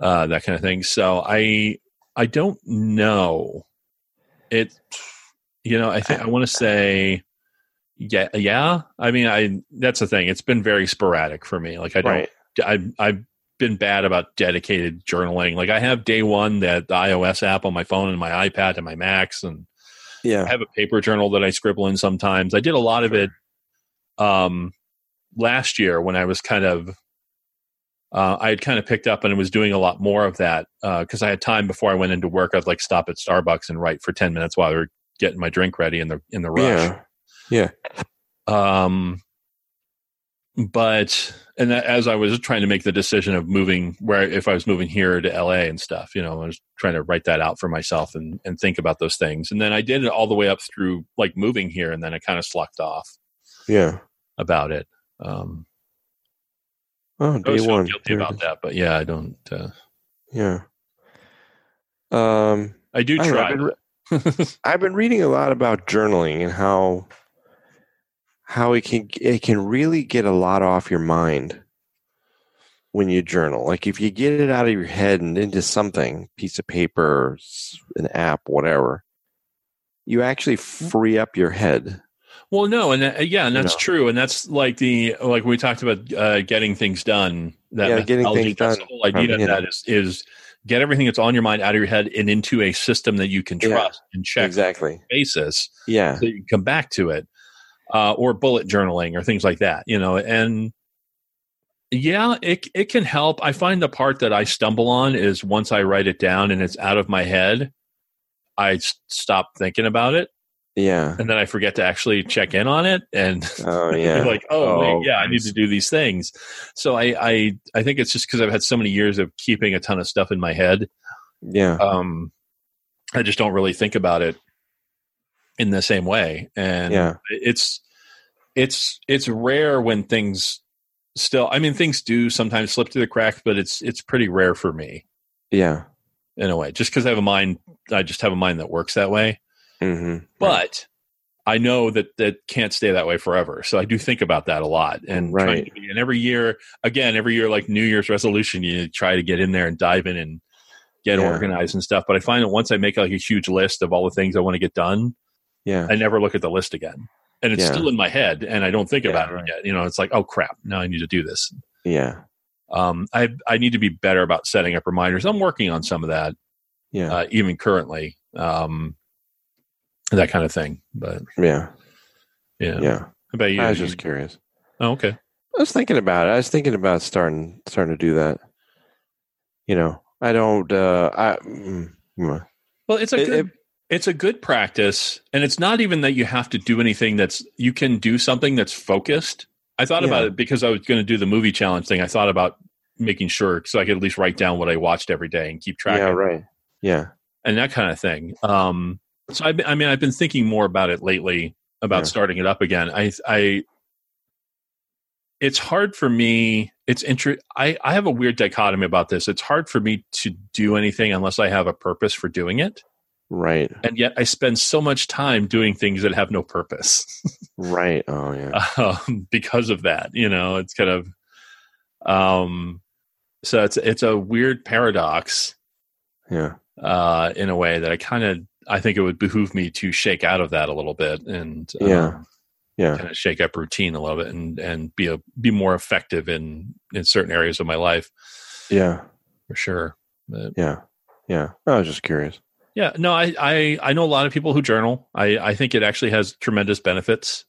uh, that kind of thing. So I I don't know. It you know I think I want to say yeah yeah. I mean I that's the thing. It's been very sporadic for me. Like I don't right. I I've been bad about dedicated journaling. Like I have day one that the iOS app on my phone and my iPad and my Macs and I Yeah. have a paper journal that I scribble in sometimes. I did a lot of it um, last year when I was kind of uh, I had kind of picked up and was doing a lot more of that because I had time before I went into work. I'd like stop at Starbucks and write for ten minutes while they were getting my drink ready in the in the rush. Yeah. Um, but and that, as I was trying to make the decision of moving where if I was moving here to LA and stuff, you know, I was trying to write that out for myself and and think about those things. And then I did it all the way up through like moving here, and then I kind of slucked off Yeah. about it. Um, Oh, I day always feel one. guilty There it about is. that, but yeah, I don't. Uh, Yeah. Um, I do I don't know, I've try. been re- I've been reading a lot about journaling and how how it can it can really get a lot off your mind when you journal. Like if you get it out of your head and into something, piece of paper, s- an app, whatever, you actually Hmm. free up your head. Well, no, and that, yeah, and You that's know. true, and that's like the like we talked about uh, getting things done. That Yeah, getting methodology, things that's done The whole idea from, of you that is is get everything that's on your mind out of your head and into a system that you can Yeah, trust and check Exactly. on a basis, Yeah. so you can come back to it, uh, or bullet journaling or things like that. You know, and yeah, it it can help. I find the part that I stumble on is once I write it down and it's out of my head, I s- stop thinking about it Yeah. and then I forget to actually check in on it, and Oh you're yeah. like, oh, Oh, wait, yeah, I need nice. to do these things. So I, I, I think it's just because I've had so many years of keeping a ton of stuff in my head. yeah. Um, I just don't really think about it in the same way, and Yeah. it's, it's, it's rare when things still. I mean, things do sometimes slip through the cracks, but it's, it's pretty rare for me Yeah. in a way, just because I have a mind. I just have a mind that works that way hmm but I know that that can't stay that way forever. So I do think about that a lot, and trying Right. to be- and every year, again, every year, like New Year's resolution, you try to get in there and dive in and get Yeah. organized and stuff. But I find that once I make like a huge list of all the things I want to get done, Yeah. I never look at the list again, and it's Yeah. still in my head, and I don't think Yeah, about it right. again. You know, it's like, oh crap, now I need to do this. Yeah. Um, I I need to be better about setting up reminders. I'm working on some of that, Yeah. uh, even currently, um, that kind of thing. But yeah. yeah. Yeah. How about you? I was just curious. oh, okay. I was thinking about it. I was thinking about starting starting to do that. You know, I don't. Uh, I mm, mm. Well, it's a It- good, it- it's a good practice, and it's not even that you have to do anything that's you can do something that's focused. I thought about Yeah. it because I was going to do the movie challenge thing. I thought about making sure so I could at least write down what I watched every day and keep track yeah, of it right. Yeah, and that kind of thing. Um, so I, I mean, I've been thinking more about it lately about Yeah. starting it up again. I, I, it's hard for me. It's inter- I, I have a weird dichotomy about this. It's hard for me to do anything unless I have a purpose for doing it, right, and yet I spend so much time doing things that have no purpose right. Oh yeah, um, because of that. You know, it's kind of, um, so it's it's a weird paradox yeah, uh, in a way that I kind of I think it would behoove me to shake out of that a little bit and uh, Yeah. yeah, kind of shake up routine a little bit and and be a be more effective in in certain areas of my life yeah, for sure. But yeah, yeah. I was just curious. yeah, no, I, I I know a lot of people who journal. I I think it actually has tremendous benefits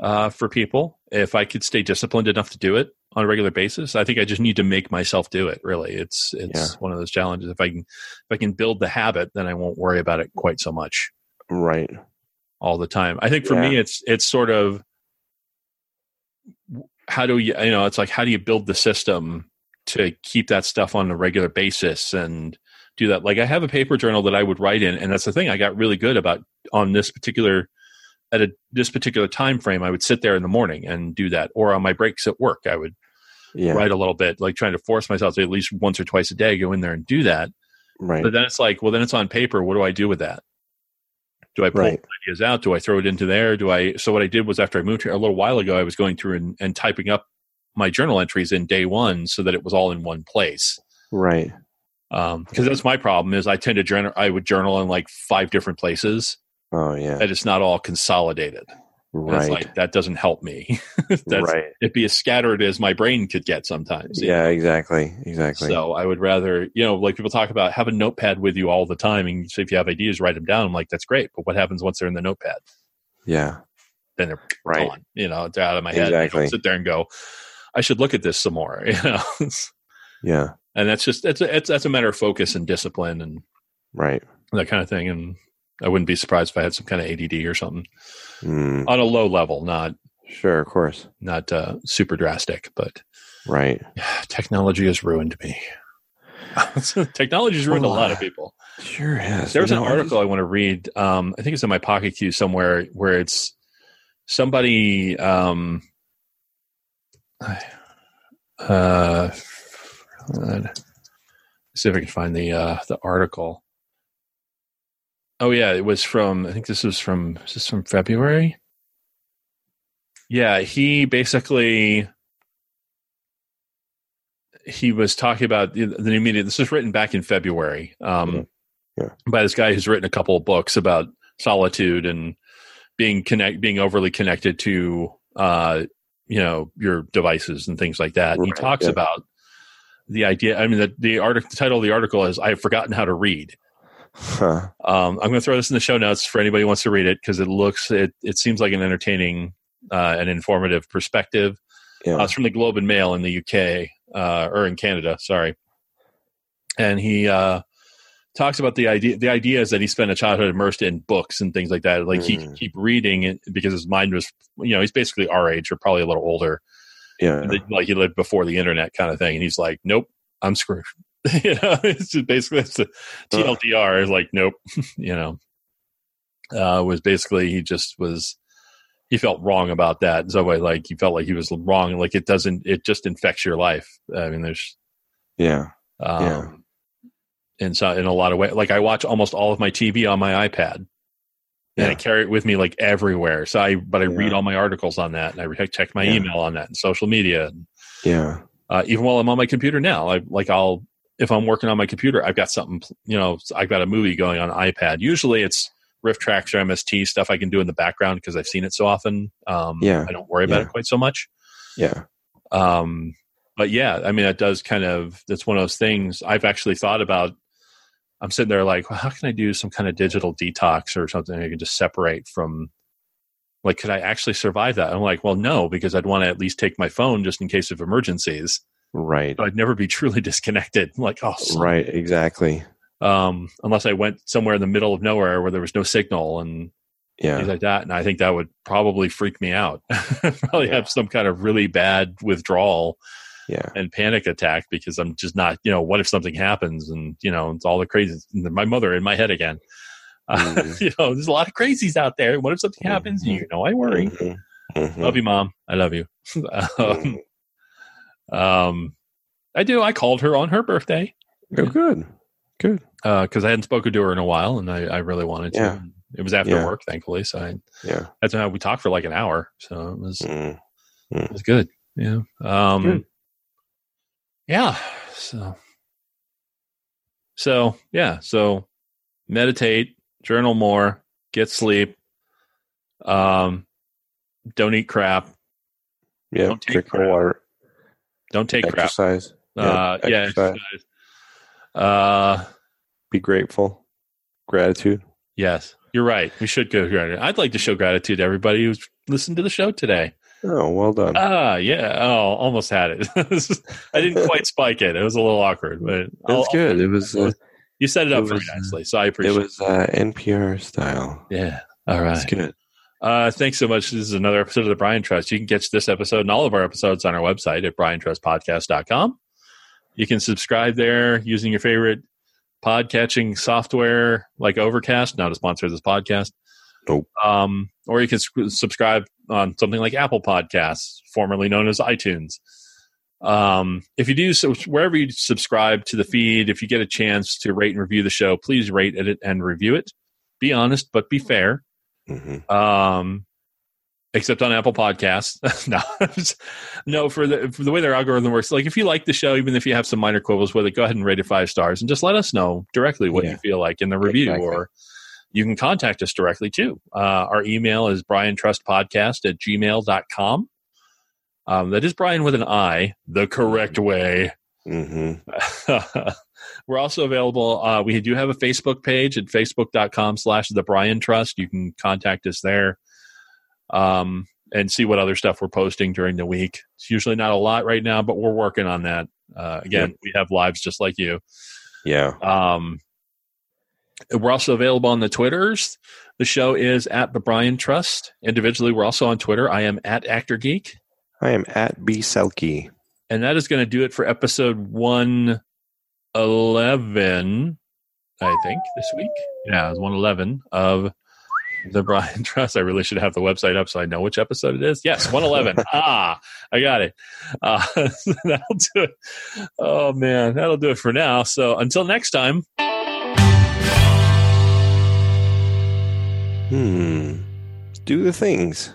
uh, for people. If I could stay disciplined enough to do it on a regular basis, I think I just need to make myself do it. Really, it's it's one of those challenges. If I can if I can build the habit, then I won't worry about it quite so much. Right. all the time. I think for me, it's it's sort of how do you you know it's like how do you build the system to keep that stuff on a regular basis and do that. Like I have a paper journal that I would write in, and that's the thing I got really good about on this particular at a, this particular time frame. I would sit there in the morning and do that, or on my breaks at work, I would Yeah. write a little bit, like trying to force myself to at least once or twice a day go in there and do that. Right. But then it's like, well, then it's on paper. What do I do with that? Do I pull Right. ideas out? Do I throw it into there? Do I? So what I did was after I moved here a little while ago, I was going through and, and typing up my journal entries in day one so that it was all in one place. Right. Because that's my problem is I tend to journal. I would journal in like five different places, Oh yeah. and it's not all consolidated. And It's Right. like that doesn't help me. that's, right. It'd be as scattered as my brain could get sometimes. you Yeah. Exactly. Exactly. so I would rather, you know, like people talk about have a notepad with you all the time, and so if you have ideas, write them down. I'm like, that's great, but what happens once they're in the notepad? yeah. Then they're Right. gone. You know, they're out of my head. I Exactly. don't sit there and go, I should look at this some more. You know, and Yeah. that's just that's a, it's, that's a matter of focus and discipline and Right. that kind of thing. And I wouldn't be surprised if I had some kind of ADD or something Mm, on a low level, not sure. Of course. not uh, super drastic, but Right. technology has ruined me. Technology has ruined a uh, lot of people. Sure has. There's You an know, I article I want to read. Um, I think it's in my pocket queue somewhere where it's somebody. Um, uh, let's see if I can find the uh, the article. Oh yeah, it was from. I think this was from. Is this from February? Yeah, he basically he was talking about the the new media. This was written back in February. Um, Mhm by this guy who's written a couple of books about solitude and being connect being overly connected to uh you know your devices and things like that. he Right, talks yeah. about the idea. I mean, the the article, the title of the article is "I've forgotten how to read." Huh. Um, I'm going to throw this in the show notes for anybody who wants to read it because it looks it it seems like an entertaining uh, and informative perspective. Yeah. Uh, it's from the Globe and Mail in the UK uh, or in Canada, sorry. And he uh, talks about the idea. The idea is that he spent a childhood immersed in books and things like that. Like he Mm. could keep reading it because his mind was, you know, he's basically our age or probably a little older. yeah. Like he lived before the internet kind of thing. And he's like, nope, I'm screwed. you know, it's just basically it's the TLDR. is like, nope, you know, uh, was basically he just was he felt wrong about that in some way. Like he felt like he was wrong. Like it doesn't. It just infects your life. I mean, there's Yeah. um, Yeah. in so in a lot of way. Like I watch almost all of my TV on my iPad. And Yeah. I carry it with me like everywhere. So I, but I read Yeah. all my articles on that, and I re- check my Yeah. email on that, and social media, and Yeah. uh, even while I'm on my computer now. I like I'll if I'm working on my computer, I've got something you know I've got a movie going on iPad. Usually it's Rift Tracks or MST stuff I can do in the background because I've seen it so often. Um, Yeah. I don't worry about Yeah. it quite so much. Yeah. Um, but yeah, I mean that does kind of that's one of those things I've actually thought about. I'm sitting there like, well, how can I do some kind of digital detox or something? I can just separate from. Like, could I actually survive that? I'm like, well, no, because I'd want to at least take my phone just in case of emergencies Right. but I'd never be truly disconnected. Like, oh, right. Right. Exactly. um, unless I went somewhere in the middle of nowhere where there was no signal and things Yeah. like that. And I think that would probably freak me out. probably Yeah. have some kind of really bad withdrawal Yeah. and panic attack because I'm just not, you know, what if something happens and, you know, it's all the crazy, my mother in my head again. Uh, Mhm. you know, there's a lot of crazies out there. What if something happens? Mhm. You know, I worry. Mhm. Mhm. Love you, mom. I love you. Mm-hmm. um, um, I do. I called her on her birthday. Oh, good. Good. because Uh, I hadn't spoken to her in a while, and I, I really wanted to. Yeah. It was after Yeah. work, thankfully. So I, Yeah. that's how we talked for like an hour. So it was Mm. it was good. Yeah. Um, Good. Yeah. So. So yeah. So meditate, journal more, get sleep. Um, don't eat crap. Yeah. Don't take Drink more crap. water. Don't take crap. Exercise. Uh, Yeah, yeah. exercise. exercise. Uh, Be grateful. Gratitude. Yes, you're right. We should go gratitude. I'd like to show gratitude to everybody who's listened to the show today. Oh, well done. Ah, yeah. Oh, almost had it. I didn't quite spike it. It was a little awkward, but It was I'll- good. It was uh, You set it up It for was, me uh, nicely, so I it oh, appreciate it. was uh, NPR style. yeah. All It's right. good. Uh, thanks so much. This is another episode of the Brian Trust. You can catch this episode and all of our episodes on our website at briantrustpodcast.com. You can subscribe there using your favorite podcatching software like Overcast, not a sponsor of this podcast. Nope. Um, or you can sc- subscribe on something like Apple Podcasts, formerly known as iTunes. Um, if you do, so wherever you subscribe to the feed, if you get a chance to rate and review the show, please rate it and review it. Be honest, but be fair. hmm Um, except on Apple Podcasts. no, no. For the for the way their algorithm works, like if you like the show, even if you have some minor quibbles with it, go ahead and rate it five stars and just let us know directly what you Yeah. feel like in the review, Exactly. or you can contact us directly too. Uh, our email is briantrustpodcast at gmail.com. Um, that is Brian with an I, the Mm-hmm. correct way. hmm We're also available. Uh, we do have a Facebook page at facebook.com slash the Brian Trust. You can contact us there um, and see what other stuff we're posting during the week. It's usually not a lot right now, but we're working on that. Uh, again, we have lives just like you. Yeah. Um, we're also available on the Twitters. The show is at the Brian Trust. Individually, we're also on Twitter. I am at Actor Geek. I am at B Selkie. And that is going to do it for episode 111, I think, this week. Yeah, it was 111 of The Brian Trust. I really should have the website up so I know which episode it is. Yes, 111. ah, I got it. Uh, so that'll do it. Oh, man, that'll do it for now. So until next time. Hmm. Do the things.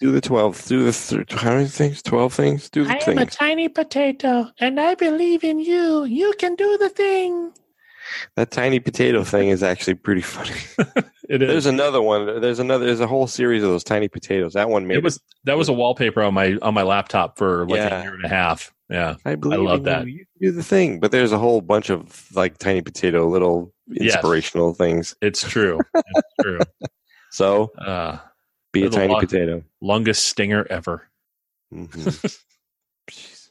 Do the twelve. Do the th- how many things? Twelve things. Do the things. tiny potato and I believe in you. You can do the thing. that tiny potato thing is actually pretty funny. It is. There's another one. There's another. There's a whole series of those tiny potatoes. That one made. It was that was a wallpaper on my on my laptop for like a Yeah. year and a half. Yeah. I believe. love in that. You, You can do the thing, but there's a whole bunch of like tiny potato little Yes. inspirational things. It's true. It's true. So Uh, be a There's a tiny lot. potato. longest stinger ever. Mhm. Mm-hmm. Jeez.